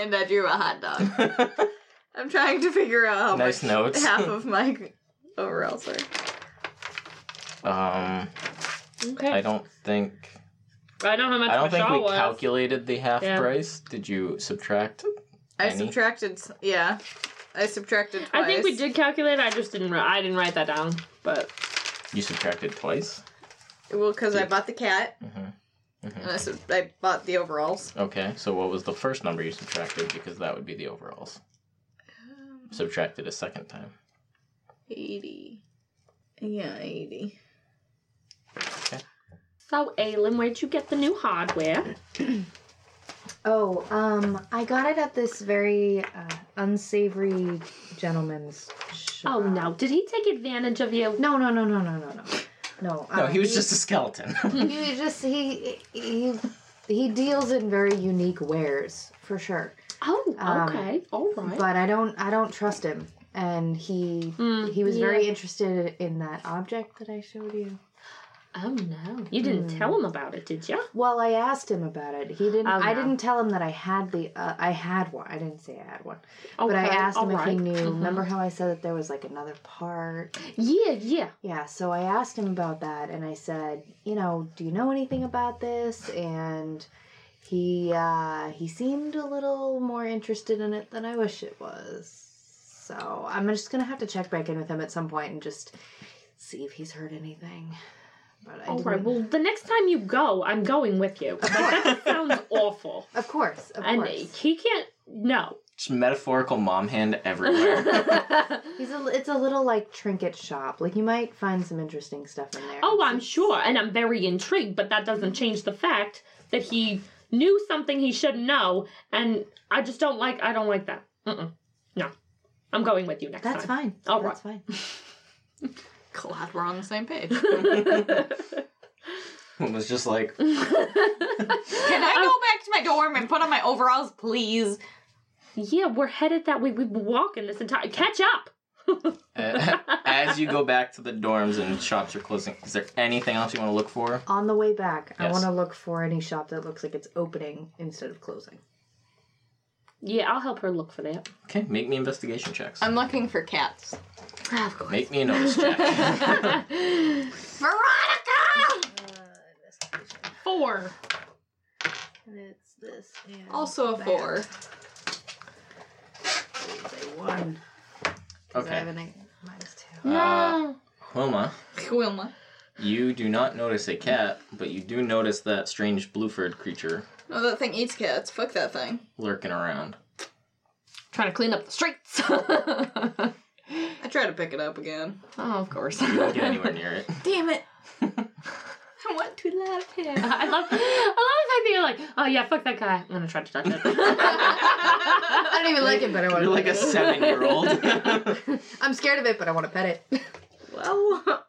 D: and I drew a hot dog. I'm trying to figure out how
A: Nice
D: much
A: notes.
D: half of my overalls are.
A: <laughs> Um,
E: okay.
A: I don't think
E: I don't know how much
A: I don't
E: my
A: think
E: shawl
A: we
E: was.
A: calculated the half
E: Yeah.
A: price. Did you subtract?
D: I
A: Any?
D: subtracted. s- Yeah, I subtracted. Twice.
E: I think we did calculate. I just didn't. Write, I didn't write that down. But
A: You subtracted twice.
D: Well, because I bought the cat.
A: Mhm. Mhm.
D: And I, sub- I bought the overalls.
A: Okay, so what was the first number you subtracted? Because that would be the overalls. Subtracted a second time.
D: Eighty. Yeah, eighty.
E: so, Aylin, where'd you get the new hardware?
B: Oh, um, I got it at this very uh, unsavory gentleman's shop.
E: Oh no! Did he take advantage of you?
B: No, no, no, no, no, no, no.
A: No,
B: No, uh,
A: he was just a skeleton. <laughs>
B: He was just he he he deals in very unique wares for sure.
E: Oh,
B: Um,
E: okay. All right.
B: But I don't I don't trust him, and he
E: Mm,
B: he was
E: yeah.
B: very interested in that object that I showed you.
E: Oh no! You didn't tell him about it, did you?
B: Well, I asked him about it. He didn't.
E: Oh,
B: I
E: no.
B: didn't tell him that I had the. Uh, I had one. I didn't say I had one,
E: Okay. Mm-hmm.
B: but I asked him
E: all
B: if he
E: right.
B: knew. Remember how I said that there was like another part?
E: Yeah, yeah.
B: Yeah. So I asked him about that, and I said, you know, do you know anything about this? And he uh, he seemed a little more interested in it than I wish it was. So I'm just gonna have to check back in with him at some point and just see if he's heard anything. But I
E: All
B: didn't.
E: right. Well, the next time you go, I'm going with you. <laughs> That sounds awful.
B: Of course. Of
E: And
B: course.
E: he can't. <laughs> No.
A: just metaphorical mom hand everywhere.
B: <laughs> He's a, it's a little like trinket shop. Like you might find some interesting stuff in there.
E: Oh, I'm sure, and I'm very intrigued, but that doesn't change the fact that he knew something he shouldn't know, and I just don't like. I don't like that. Mm-mm. No, I'm going with you next
B: that's
E: time.
B: fine.
E: All
B: that's fine.
D: Glad we're on the
C: <laughs>
D: same page.
A: it was just like,
D: Can I go back to my dorm and put on my overalls, please?
E: Yeah, we're headed that way. We've been walking this entire. Catch up.
A: uh, As you go back to the dorms and shops are closing, is there anything else you want to look for?
B: On the way back, I
A: Yes.
B: want to look for any shop that looks like it's opening instead of closing.
E: Yeah, I'll help her look for that.
A: Okay, make me investigation checks.
C: I'm looking for cats.
E: Of course.
A: Make me a notice
B: <laughs>
A: check.
C: Veronica!
E: Four.
B: And it's this. And
C: Also a
B: that.
C: four.
B: It's a one. 'Cause I
A: okay.
B: have an eight. Minus two.
A: Uh, Homa,
C: Wilma.
A: you do not notice a cat, but you do notice that strange Blueford creature
C: Oh, that thing eats cats. Fuck that thing.
A: lurking around.
E: Trying to clean up the streets. <laughs>
C: I try to pick it up again.
E: oh, of course. <laughs>
A: Don't get anywhere near it.
C: Damn it! <laughs> I want to love him.
E: I love, I love the fact that you're like, oh yeah, fuck that guy. I'm gonna try to touch it.
B: I <laughs> don't even like it, but I want
A: You're
B: to
A: like a seven year old.
B: <laughs> I'm scared of it, but I want to pet it. <laughs>
C: Well,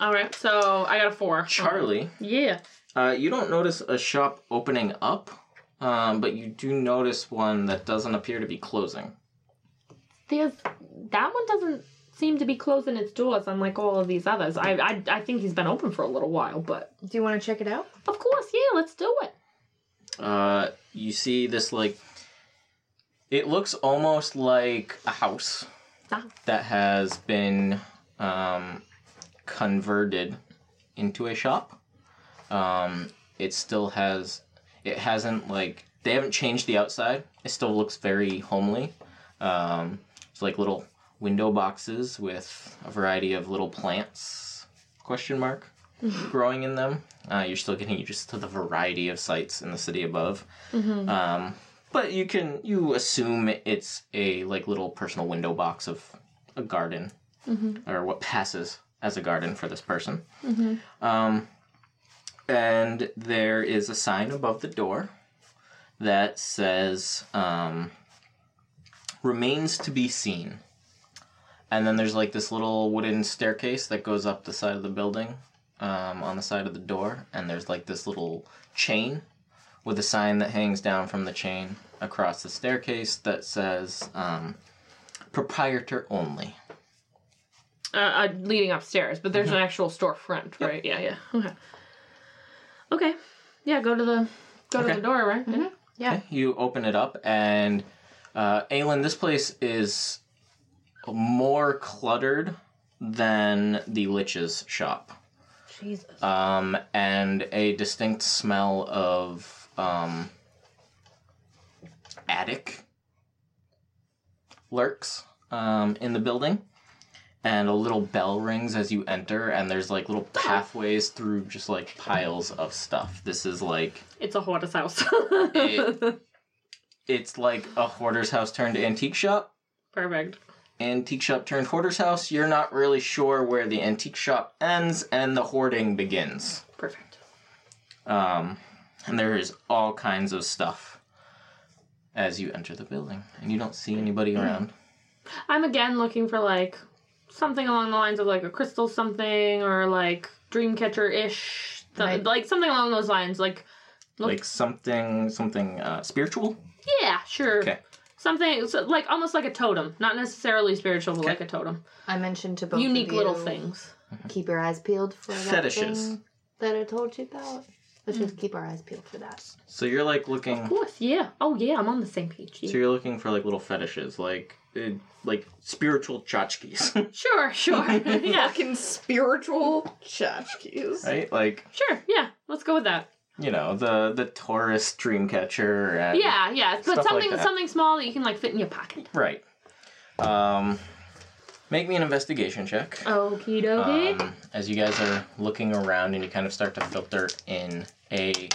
E: All right, so I got a four.
A: <laughs> Charlie,
E: Yeah.
A: uh, you don't notice a shop opening up, um, but you do notice one that doesn't appear to be closing.
E: There's that one doesn't seem to be closing its doors unlike all of these others. I I, I think he's been open for a little while, but
B: Do you want to check it out?
E: of course, yeah, let's do it.
A: Uh, you see this like it looks almost like a house
E: Ah.
A: that has been um, converted into a shop um, it still has it hasn't like they haven't changed the outside it still looks very homely um, it's like little window boxes with a variety of little plants question mark growing in them uh, you're still getting used to the variety of sites in the city above um, but you can you assume it's a like little personal window box of a garden or what passes as a garden for this person um, and there is a sign above the door that says um, remains to be seen and then there's like this little wooden staircase that goes up the side of the building um, on the side of the door and there's like this little chain with a sign that hangs down from the chain across the staircase that says um, proprietor only
E: Uh, uh, leading upstairs, but there's an actual storefront, right? Yeah, yeah. Okay. Okay. Yeah, go to the go
A: Okay.
E: to the door, right? Yeah.
A: Okay, You open it up, and uh, Aelin, this place is more cluttered than the Lich's shop.
B: Jesus.
A: Um, and a distinct smell of um, attic lurks um, in the building. And a little bell rings as you enter, and there's like little pathways through just like piles of stuff. This is like
E: It's a hoarder's house. <laughs>
A: It- it's like a hoarder's house turned antique shop.
E: Perfect.
A: Antique shop turned hoarder's house. You're not really sure where the antique shop ends and the hoarding begins.
E: Perfect.
A: Um, and there is all kinds of stuff as you enter the building, and you don't see anybody
E: Mm.
A: around.
E: I'm again looking for like something along the lines of like a crystal something or like dreamcatcher ish,
B: Right.
E: like something along those lines. Like, Look-
A: Like something, something uh, spiritual.
E: yeah, sure,
A: Okay.
E: something so, like almost like a totem, not necessarily spiritual, but
A: Okay.
E: like a totem.
B: I mentioned to both
E: Unique
B: of you,
E: little things.
B: Keep your eyes peeled for that
A: Fetishes.
B: thing that I told you about. Let's just keep our eyes peeled for that.
A: So you're like looking.
E: Of course, yeah. Oh yeah, I'm on the same page.
A: So
E: yeah.
A: you're looking for like little fetishes, like uh, like spiritual tchotchkes, <laughs>
E: Sure, sure, <laughs> yeah,
C: fucking spiritual tchotchkes.
A: right? Like
E: sure, yeah. Let's go with that.
A: you know the the tourist dream catcher and
E: Yeah, yeah.
A: Stuff
E: But
A: like
E: something
A: that.
E: something small that you can like fit in your pocket.
A: Right. Um, make me an investigation check.
E: Okie dokie.
A: Um, as you guys are looking around and you kind of start to filter in a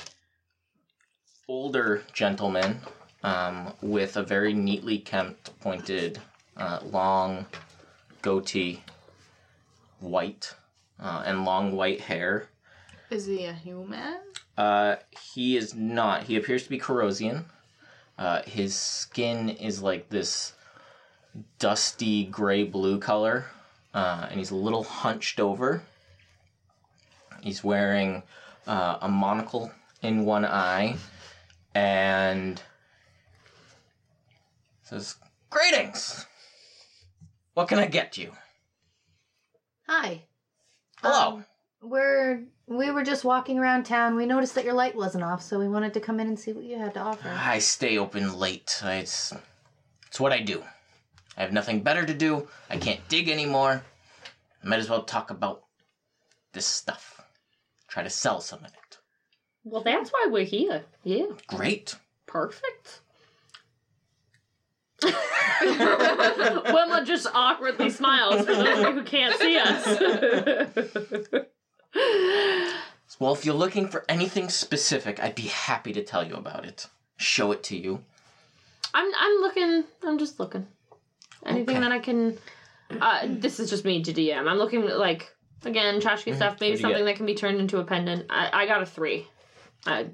A: older gentleman um, with a very neatly kempt, pointed, uh, long goatee, white, uh, and long white hair.
C: Is he a human?
A: Uh, he is not. He appears to be Corrosian. Uh, his skin is like this dusty gray blue color, uh, and he's a little hunched over. He's wearing uh, a monocle in one eye, and says, "Greetings." What can I get you?
B: Hi.
A: Hello.
B: Um, we're we were just walking around town. We noticed that your light wasn't off, so we wanted to come in and see what you had to offer.
A: I stay open late. I- It's it's what I do. I have nothing better to do. I can't dig anymore. might as well talk about this stuff. Try to sell some of it.
E: Well, that's why we're here. Yeah,
A: Great.
B: <laughs>
E: perfect. Wilma just awkwardly smiles for those of you who can't see us.
A: Well, if you're looking for anything specific, I'd be happy to tell you about it. Show it to you.
E: I'm I'm looking. I'm just looking. Anything
A: Okay.
E: that I can. Uh, this is just me to DM. I'm looking like again trashy stuff.
A: What
E: Maybe
A: do Mm-hmm. you
E: something
A: get?
E: that can be turned into a pendant. I, I got a three. I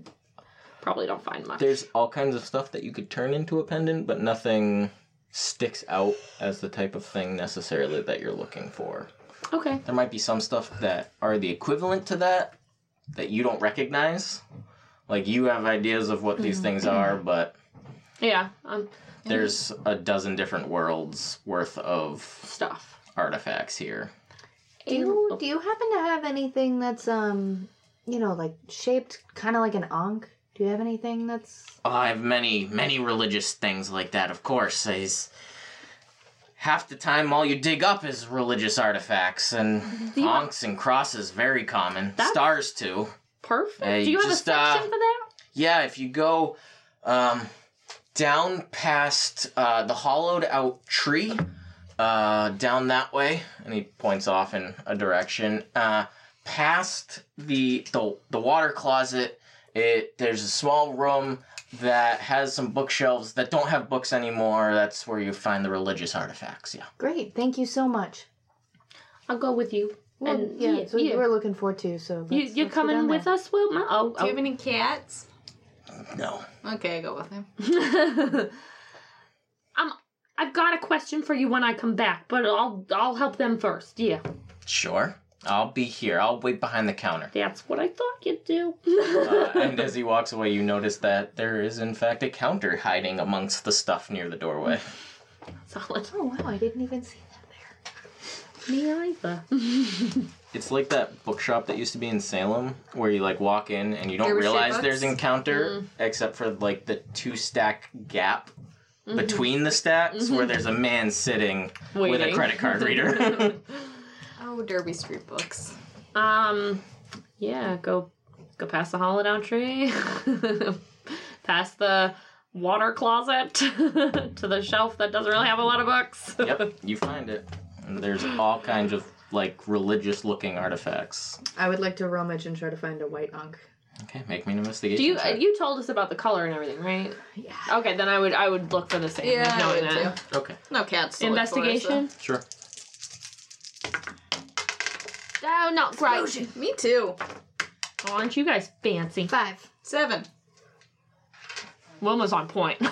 E: probably don't find much.
A: There's all kinds of stuff that you could turn into a pendant, but nothing sticks out as the type of thing necessarily that you're looking for.
E: Okay.
A: There might be some stuff that are the equivalent to that that you don't recognize. Like you have ideas of what these things are, but
E: Mm-hmm. Yeah. Um.
A: there's a dozen different worlds worth of
E: Stuff.
A: artifacts here.
B: Do you do you happen to have anything that's um you know like shaped kind of like an ankh? Do you have anything that's
A: Oh, I have many, many religious things like that, of course. Is half the time all you dig up is religious artifacts and
E: Do you have-
A: onks and crosses, very common.
E: That's-
A: Stars too.
E: Perfect.
A: Hey,
E: Do you have
A: just,
E: a
A: uh,
E: section for that?
A: Yeah, if you go um, down past uh, the hollowed out tree, uh, down that way, and he points off in a direction. Uh, past the, the the water closet, it there's a small room that has some bookshelves that don't have books anymore. That's where you find the religious artifacts. Yeah.
B: great? Thank you so much.
E: I'll go with you.
B: Well,
E: And
B: yeah,
E: yeah,
B: it's what
E: yeah.
B: you were looking for too. So
E: You
B: let's-
E: you
B: let's go down
E: coming with
B: there.
E: us, Wilma? Oh,
D: Do you have any cats?
A: No.
D: Okay, I go with him.
E: <laughs> oh. um, I've got a question for you when I come back, but I'll I'll help them first. Yeah.
A: Sure. I'll be here. I'll wait behind the counter.
E: That's what I thought you'd do. <laughs>
A: Uh, and as he walks away, you notice that there is, in fact, a counter hiding amongst the stuff near the doorway.
E: Solid.
B: Oh wow, I didn't even see that there.
E: Me either.
A: It's like that bookshop that used to be in Salem, where you like walk in and you don't
D: There were shit
A: realize
D: books?
A: there's an encounter,
E: Mm.
A: except for like the two stack gap
E: Mm-hmm.
A: between the stacks, where there's a man sitting with a
E: Waiting.
A: credit card
E: <laughs>
A: reader. <laughs>
D: Oh, Derby Street books.
E: Um, yeah. Go go past the holiday tree, <laughs> past the water closet <laughs> to the shelf that doesn't really have a lot of books. <laughs>
A: yep, you find it. And there's all kinds of like religious looking artifacts.
B: I would like to rummage and try to find a white ankh.
A: Okay, make me an investigation.
E: Do you uh,
A: check.
E: you told us about the color and everything, right?
B: Yeah.
E: Okay, then I would I would look for the same.
D: Yeah, I
E: knowing
D: would
E: that.
D: too.
A: Okay,
D: No cats. to look for, so-
E: Investigation.
A: sure.
E: Oh, not great.
D: Me too.
E: Oh, aren't you guys fancy?
B: Five.
D: Seven.
E: Wilma's on point. <laughs>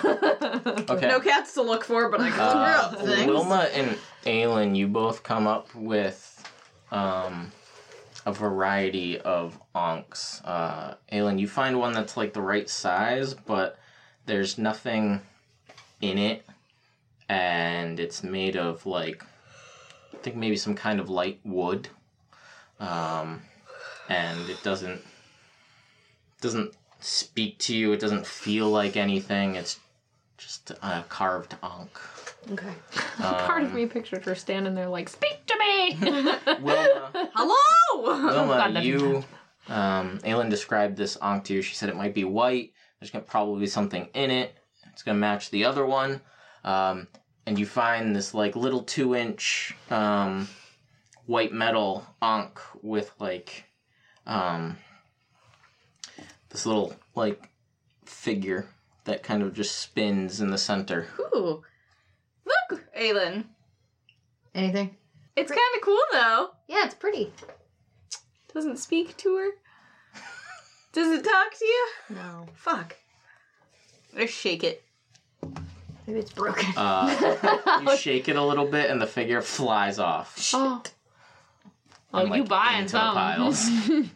A: Okay.
D: No cats to look for, but I <laughs> can
A: Uh,
D: look for things.
A: Wilma and Aylin, you both come up with um, a variety of onks. Uh, Aylin, you find one that's like the right size, but there's nothing in it, and it's made of like I think maybe some kind of light wood, um, and it doesn't doesn't speak to you. It doesn't feel like anything. It's just a carved onk.
B: Okay.
E: Part
A: Um,
E: of me pictured her standing there like, "Speak
A: <laughs>
E: to me." <laughs>
A: Wilma,
D: Hello. <laughs>
E: Oh, God,
A: Wilma
E: that
A: you, um, Aylin described this onk to you. She said it might be white. There's gonna probably be something in it. It's gonna match the other one. Um, and you find this like little two inch um, white metal onk with like um, this little like figure that kind of just spins in the center.
D: Ooh. Look, Aylin.
B: Anything?
D: It's kind of cool though.
B: Yeah, it's pretty.
D: Doesn't speak to her. Does it talk to you?
B: No,
D: Fuck. Or shake it.
B: maybe it's
A: <laughs>
B: broken.
E: <laughs>
A: Uh, you shake it a little bit, and the figure flies off.
E: oh, oh,
A: and,
E: you
A: like,
E: buying
A: into the
E: some?
A: piles.
E: <laughs>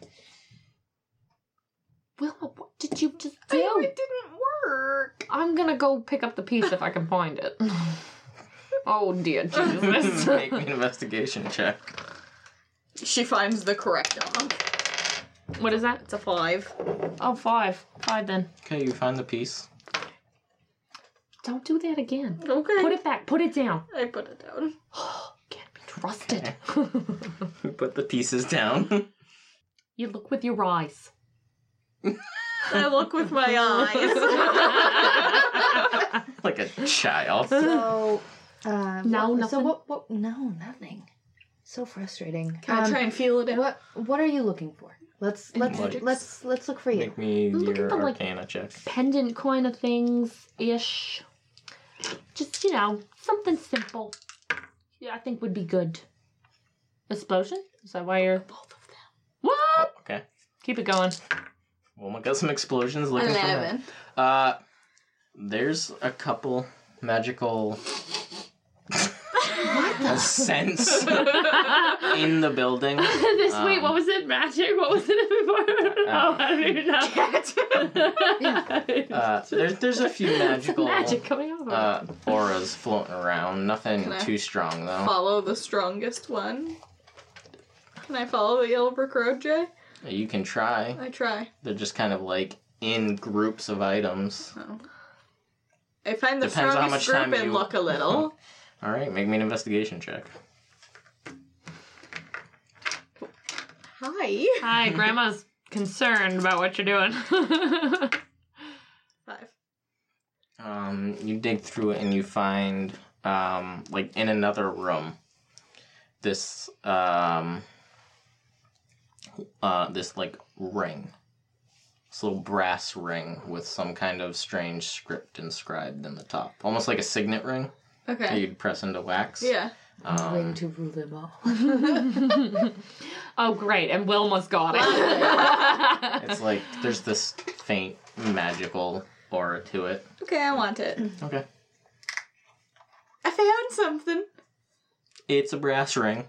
E: Wilma, what did you just
D: Oh,
E: do?
D: it didn't work.
A: <laughs>
E: I'm gonna go pick up the piece if I can find it. Oh dear Jesus.
A: Make
E: <laughs>
A: me an investigation check.
C: She finds the correct dog.
E: what is that?
C: It's a five.
E: Oh five. Five then.
A: Okay, you find the piece.
E: Don't do that again.
C: Okay.
E: Put it back. Put it down.
C: I put it down.
E: Can't be
A: <laughs>
E: trusted.
A: You <laughs> put the pieces down. <laughs>
E: you look with your eyes.
C: I look with my eyes.
A: like a child.
B: So, uh,
E: No,
B: what- So
E: nothing.
B: what? What? No, nothing. So frustrating.
C: Can I
B: Um,
C: try and feel it out?
B: What? What are you looking for? Let's let's
A: Like-
B: let's let's look for you.
A: Make me
E: Look at
A: your
E: the, like-
A: arcana check.
E: pendant kind of things ish. Just, you know, something simple. Yeah, I think would be good. Explosion? Is that why you're both of them?
A: Oh,
E: What?
A: okay.
E: Keep it <laughs> going.
A: Well, we got some explosions looking for that.
C: Eleven.
A: Uh, there's a couple
E: <laughs>
A: magical <laughs>
E: <laughs>
A: scents in the building.
F: this wait,
A: Um,
F: what was it? Magic? What was
E: <laughs>
F: it before?
A: Uh,
F: oh, I don't even
A: <laughs>
F: know.
A: Uh, there's there's a few magical
E: Magic coming out of it.
A: uh, auras floating around. Nothing
C: Can I-
A: too strong though.
C: <laughs> Follow the strongest one. Can I follow the yellow brick road, Jay?
A: You can try.
C: I try.
A: They're just kind of like in groups of items.
C: I find the
A: Depends on how much
C: strongest
A: time
C: group and
A: you-
C: look
A: <laughs>
C: a little.
A: All right, make me an investigation check.
C: Hi.
E: Hi, Grandma's concerned about what you're doing. <laughs>
C: Five.
A: Um, you dig through it and you find um, like in another room, this um, uh, this like ring, this little brass ring with some kind of strange script inscribed in the top, almost like a signet ring that
C: Okay.
A: you'd press into wax.
D: <laughs>
C: Yeah.
B: I'm
A: Um,
B: going to rule them all.
E: oh, great. And Wilma's got
A: <laughs>
E: it.
A: it's like there's this faint magical aura to it.
C: Okay, I want it. <laughs>
A: Okay,
C: I found something.
A: it's a brass ring.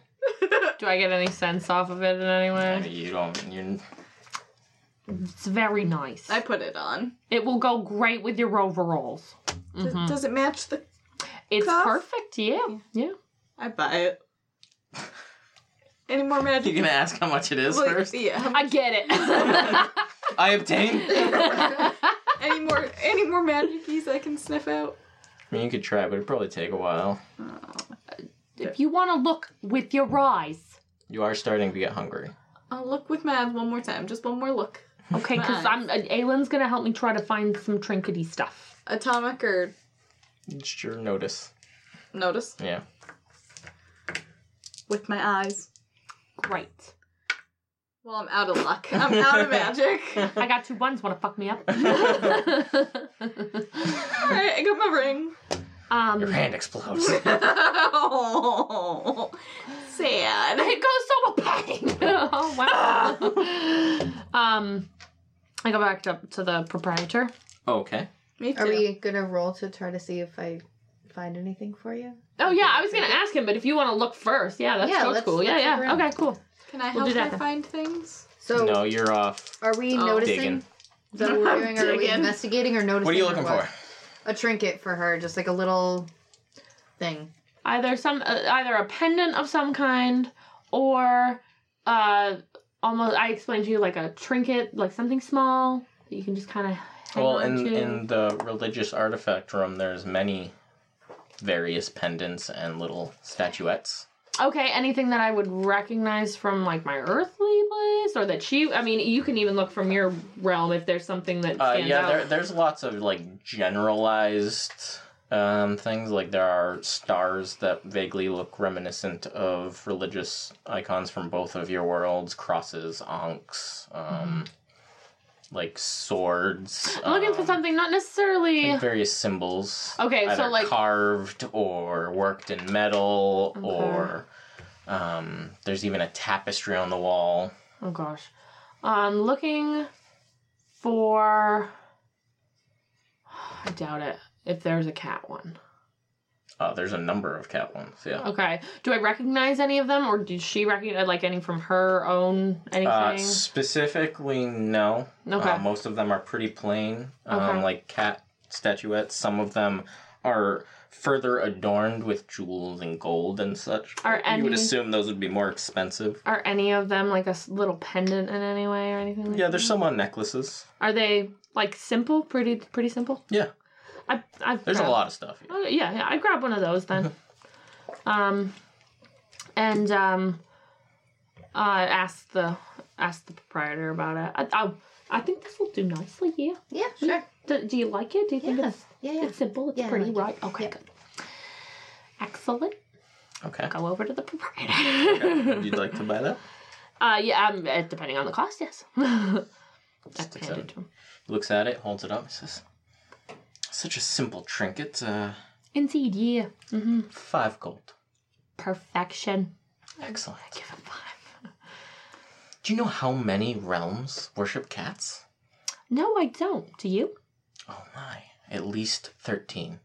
E: Do I get any sense off of it in any way?
A: You don't. You're
E: It's very nice.
C: I put it on.
E: It will go great with your overalls.
C: Does-
A: Mm-hmm.
C: Does it match the?
E: It's
C: Cuff?
E: perfect, yeah. Yeah.
C: I buy it. Any
A: <laughs>
C: more
A: you
C: magic?
A: gonna ask how much it is
C: Like,
A: first?
C: yeah.
E: I get it.
A: <laughs>
E: <laughs>
A: I obtain.
C: <laughs> Any more? Any more magic keys I can sniff out?
A: I mean, you could try, but it'd probably take a while.
E: if you want to look with your eyes,
A: You are starting to get hungry.
C: I'll look with my eyes one more time. Just one more look.
E: okay? Because I'm uh, Aylin's gonna help me try to find some trinkety stuff.
C: Atomic or
A: It's your notice.
C: notice
A: Yeah.
C: with my eyes.
E: Great.
C: Well, I'm out of luck. I'm out of
E: <laughs>
C: magic. All
E: I got two ones. Want to fuck me up? <laughs>
C: right, I got my
E: <laughs>
C: ring.
A: Your
E: um,
A: hand
B: <laughs>
A: explodes. <laughs>
C: oh, sad.
D: <laughs>
E: it goes so pain. <laughs> oh wow. um, I go back to, to the proprietor.
A: Oh, okay.
C: Me too.
B: <laughs> Are we gonna roll to try to see if I find anything for you?
E: Oh yeah, I was gonna ask him, but if you want to look first, yeah, that's
B: Yeah,
E: that's
B: let's-
E: cool. Yeah,
B: let's look
E: yeah.
B: around.
E: Okay, cool.
C: Can I
E: We'll
C: help
E: do that
C: her
E: then.
C: find things?
B: So
A: No, you're off
B: are we
C: Oh.
B: noticing?
A: digging. <laughs>
B: Is that what we're doing? Are we
C: Digging.
B: investigating or noticing?
A: What are you
B: or
A: looking for?
B: A trinket for her, just like a little thing.
E: either some uh, either a pendant of some kind or uh almost I explained to you like a trinket like something small that you can just kind of hang
A: Well,
E: on
A: in
E: to.
A: in the religious artifact room, there's many various pendants and little statuettes.
E: okay, anything that I would recognize from like my earthly place or that she I mean you can even look from your realm if there's something that
A: Uh,
E: stands
A: yeah,
E: out.
A: there, there's lots of like generalized um, things. Like there are stars that vaguely look reminiscent of religious icons from both of your worlds, crosses, onks, um, like swords.
E: Mm-hmm. I'm looking for
A: um,
E: something not necessarily
A: like various symbols.
E: Okay, so,
A: either
E: like-
A: carved or worked in metal or um, there's even a tapestry on the wall.
E: Oh gosh. Um looking for <sighs> I doubt it if there's a cat one.
A: Uh, there's a number of cat ones. Yeah.
E: Okay. Do I recognize any of them, or did she recognize like any from her own anything?
A: Uh, specifically, no.
E: Okay.
A: Uh, most of them are pretty plain, um,
E: Okay.
A: like cat statuettes. Some of them are further adorned with jewels and gold and such.
E: Are
A: you
E: any-
A: would assume those would be more expensive.
E: Are any of them like a s- little pendant in any way or anything? Like
A: Yeah,
E: that?
A: there's some on necklaces.
E: Are they like simple? Pretty, pretty simple.
A: Yeah.
E: I, I
A: There's a
E: grabbed-
A: lot of stuff.
E: Oh, yeah, yeah. I grab one of
A: <laughs>
E: those then. um, and um, uh, ask the ask the proprietor about it. I, I, I think this will do nicely. Yeah.
B: Yeah, sure.
E: Do, do you like it? Do you think
B: Yeah,
E: it's
B: Hmm? yeah, yeah.
E: it's simple? It's
B: Yeah, I
E: pretty,
B: like it.
E: right? Okay, good. Excellent.
A: Okay.
E: Go over to
A: <laughs>
E: the proprietor. <laughs>
A: You'd like to buy that?
E: uh, yeah. Um, uh, depending on the cost, yes. <laughs> That's
A: Sticks out.
E: handed to him.
A: Looks at it, holds it up, and says, "Such a simple trinket. Uh,
E: Indeed, yeah. Mm-hmm.
A: five gold.
E: Perfection.
A: Excellent.
E: Give him five.
A: Do you know how many realms worship cats?
E: No, I don't. Do you?
A: Oh my, at least thirteen.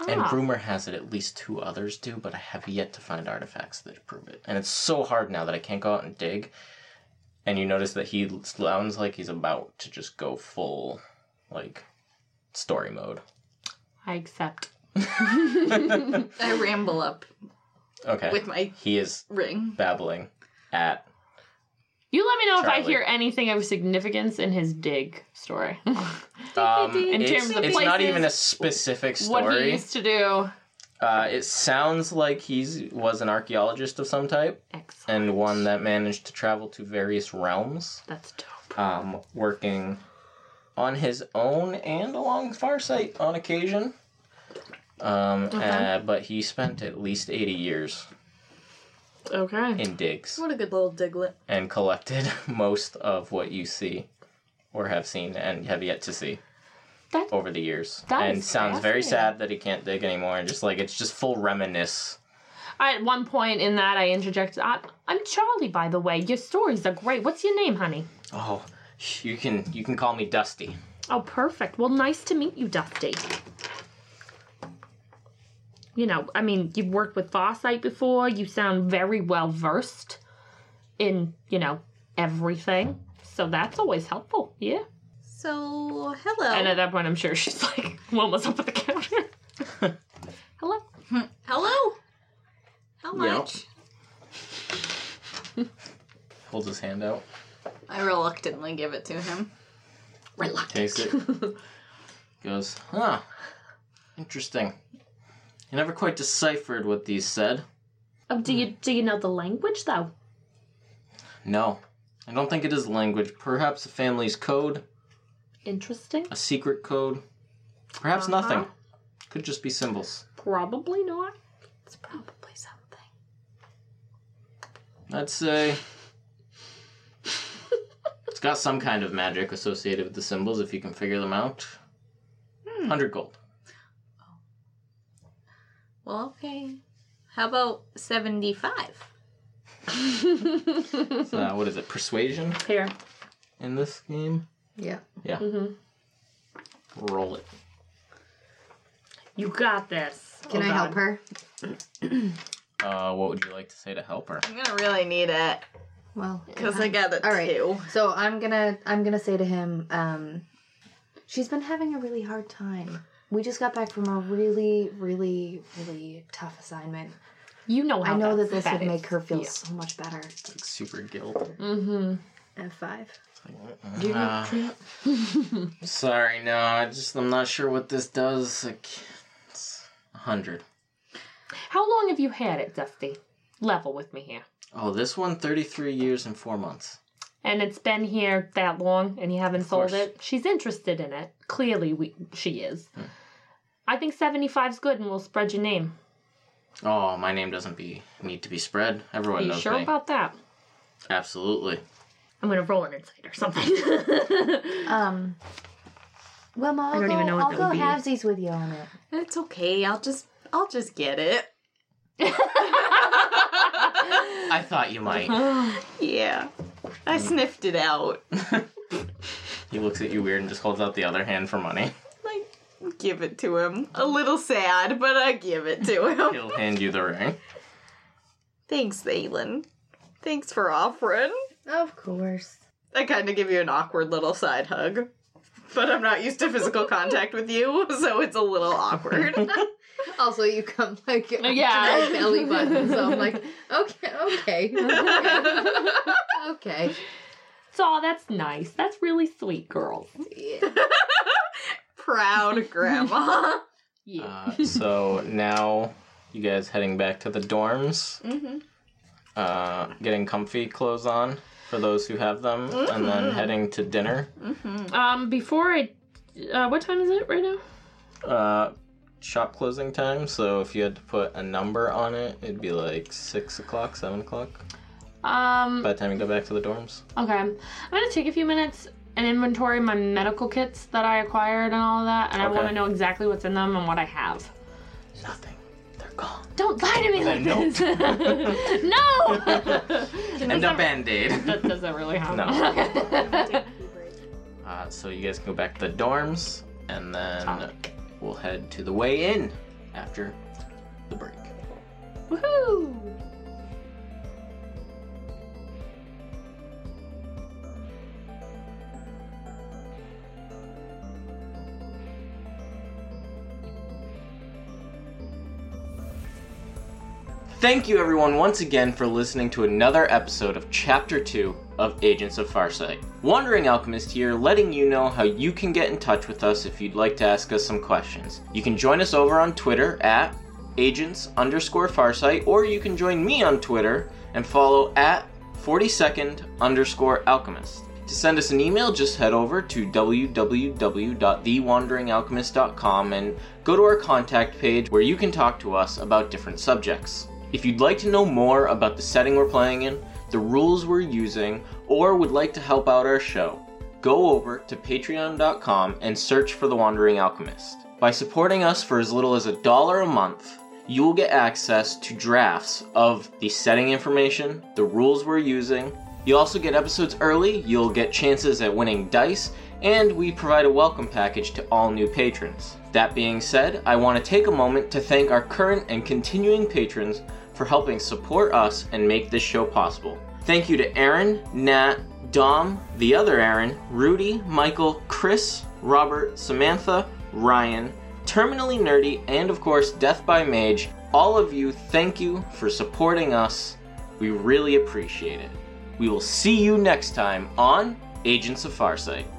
E: Ah.
A: And rumor has it at least two others do, but I have yet to find artifacts that prove it. And it's so hard now that I can't go out and dig. And you notice that he sounds like he's about to just go full, like, story mode.
E: I accept.
D: I ramble up
A: Okay.
D: with my
A: he is
D: ring.
A: babbling at.
E: You let me know if I
A: Charlie.
E: hear anything of significance in his dig story. <laughs>
A: Um,
E: In
A: it's
E: terms of
A: it's not
E: places,
A: even a specific
E: what he
A: story.
E: used to do.
A: Uh, it sounds like he's was an archaeologist of some type
E: Excellent.
A: and one that managed to travel to various realms.
E: That's dope.
A: um, working on his own and along Farsight on occasion. Um, uh, but he spent at least 80 years
F: Okay.
A: in digs
D: What a good little diglet.
A: and collected <laughs> most of what you see or have seen and have yet to see
E: That-
A: over the years.
E: that
A: and
E: is
A: sounds very
E: fascinating.
A: sad that he can't dig anymore and just like it's just full reminisce.
E: I, at one point in that, I interjected, I, I'm Charlie, by the way. Your stories are great. What's your name, honey?
A: Oh, you can you can call me Dusty.
E: Oh, perfect. Well, nice to meet you, Dusty. You know, I mean, you've worked with Farsight before. You sound very well versed in, you know, everything. So that's always helpful. Yeah.
D: So, hello.
E: And at that point, I'm sure she's like, one was up at the counter.
B: <laughs>
E: Hello.
D: hello? How much?
A: Holds his hand out.
D: I reluctantly give it to him.
A: Takes it. <laughs> Goes, huh. Interesting. I never quite deciphered what these said.
E: Oh, do you do you know the language though?
A: No. I don't think it is language. Perhaps a family's code,
E: Interesting.
A: a secret code. Perhaps nothing. Could just be symbols.
E: Probably not.
D: It's probably something.
A: I'd say. it's got some kind of magic associated with the symbols if you can figure them out. 100 gold.
D: Well, okay. How about 75?
A: So, uh, what is it? Persuasion
E: Here.
A: in this game?
B: Yeah.
A: Yeah.
B: Mm-hmm.
A: Roll it.
E: You got this.
A: Oh,
E: Oh,
B: Can I help her?
A: Uh, what would you like to say to help her?
D: I'm gonna really need it
A: <laughs>
B: Well, uh-huh.
D: because I got it
B: All right.
D: two.
B: So I'm gonna I'm gonna say to him, um, she's been having a really hard time. We just got back from a really, really, really tough assignment.
E: You know how
B: I know
E: that's-
B: that this
E: that
B: would
E: is.
B: make her feel
E: Yeah.
B: so much better.
A: Like super guilt.
E: Mm-hmm.
B: F five.
A: Uh,
E: <laughs>
A: sorry, no, I just I'm not sure what this does. Like, it's a hundred.
E: How long have you had it, Dusty? Level with me here.
A: Oh, this one, 33 years and four months.
E: And it's been here that long, and you haven't sold
A: course.
E: it. She's interested in it. Clearly, we she is.
A: Hmm.
E: I think 75's good, and we'll spread your name.
A: Oh, my name doesn't be need to be spread. Everyone
E: Are you
A: knows
E: sure
A: me.
E: about that?
A: Absolutely.
E: I'm gonna roll an insight or something.
B: Um well, Ma, I'll
E: don't
B: go,
E: even know what
B: I'll
E: that
B: go
E: would be.
B: halvesies with you on it.
D: It's okay. I'll just I'll just get it.
A: I thought you might.
E: <laughs>
D: Yeah. I sniffed it out.
A: he looks at you weird and just holds out the other hand for
E: <laughs>
A: money.
D: Like give it to him. A little sad, but I give it
A: <laughs>
D: to him.
A: He'll hand you the ring.
D: Thanks, Aylin. Thanks for offering.
B: Of course. <laughs>
D: I kind of give you an awkward little side hug. but I'm not used to physical contact with you, so it's a little awkward.
B: <laughs>
D: <laughs>
B: Also, you come like up to
E: yeah.
B: my belly button, so I'm like, okay, <laughs> okay, okay.
E: <laughs> So oh, that's nice. That's really sweet, girls.
B: Yeah.
D: Proud grandma.
E: Yeah.
A: Uh, so now you guys heading back to the dorms,
E: Mm-hmm.
D: Mhm.
A: uh, getting comfy clothes on for those who have them, and then
E: Mm-hmm.
A: heading to dinner.
E: Um, before I, uh, what time is it right now?
A: Uh, shop closing time, so if you had to put a number on it, it'd be like 6 o'clock, 7 o'clock
E: Um,
A: by the time you go back to the dorms.
E: okay. I'm gonna take a few minutes and inventory my medical kits that I acquired and all that, and I
A: Okay.
E: want to know exactly what's in them and what I have.
A: Nothing. They're gone.
E: Don't lie to me
A: I
E: like
A: know.
E: this. <laughs> no.
A: <laughs> And a band aid.
E: <laughs> that doesn't really help.
A: No.
E: <laughs> Okay.
A: Uh, so you guys can go back to the dorms, and then we'll head to the way in after the break.
E: Woohoo!
A: Thank you, everyone, once again for listening to another episode of Chapter 2 of Agents of Farsight. Wandering Alchemist here, letting you know how you can get in touch with us if you'd like to ask us some questions. You can join us over on Twitter at agents underscore farsight, or you can join me on Twitter and follow at 42nd underscore alchemist. To send us an email, just head over to www.thewanderingalchemist.com and go to our contact page where you can talk to us about different subjects. If you'd like to know more about the setting we're playing in, the rules we're using, or would like to help out our show, go over to patreon.com and search for The Wandering Alchemist. By supporting us for as little as a dollar a month, you will get access to drafts of the setting information, the rules we're using. You'll also get episodes early, you'll get chances at winning dice, and we provide a welcome package to all new patrons. That being said, I want to take a moment to thank our current and continuing patrons for helping support us and make this show possible. Thank you to Aaron, Nat, Dom, the other Aaron, Rudy, Michael, Chris, Robert, Samantha, Ryan, Terminally Nerdy, and of course Death by Mage. All of you, thank you for supporting us. We really appreciate it. We will see you next time on Agents of Farsight.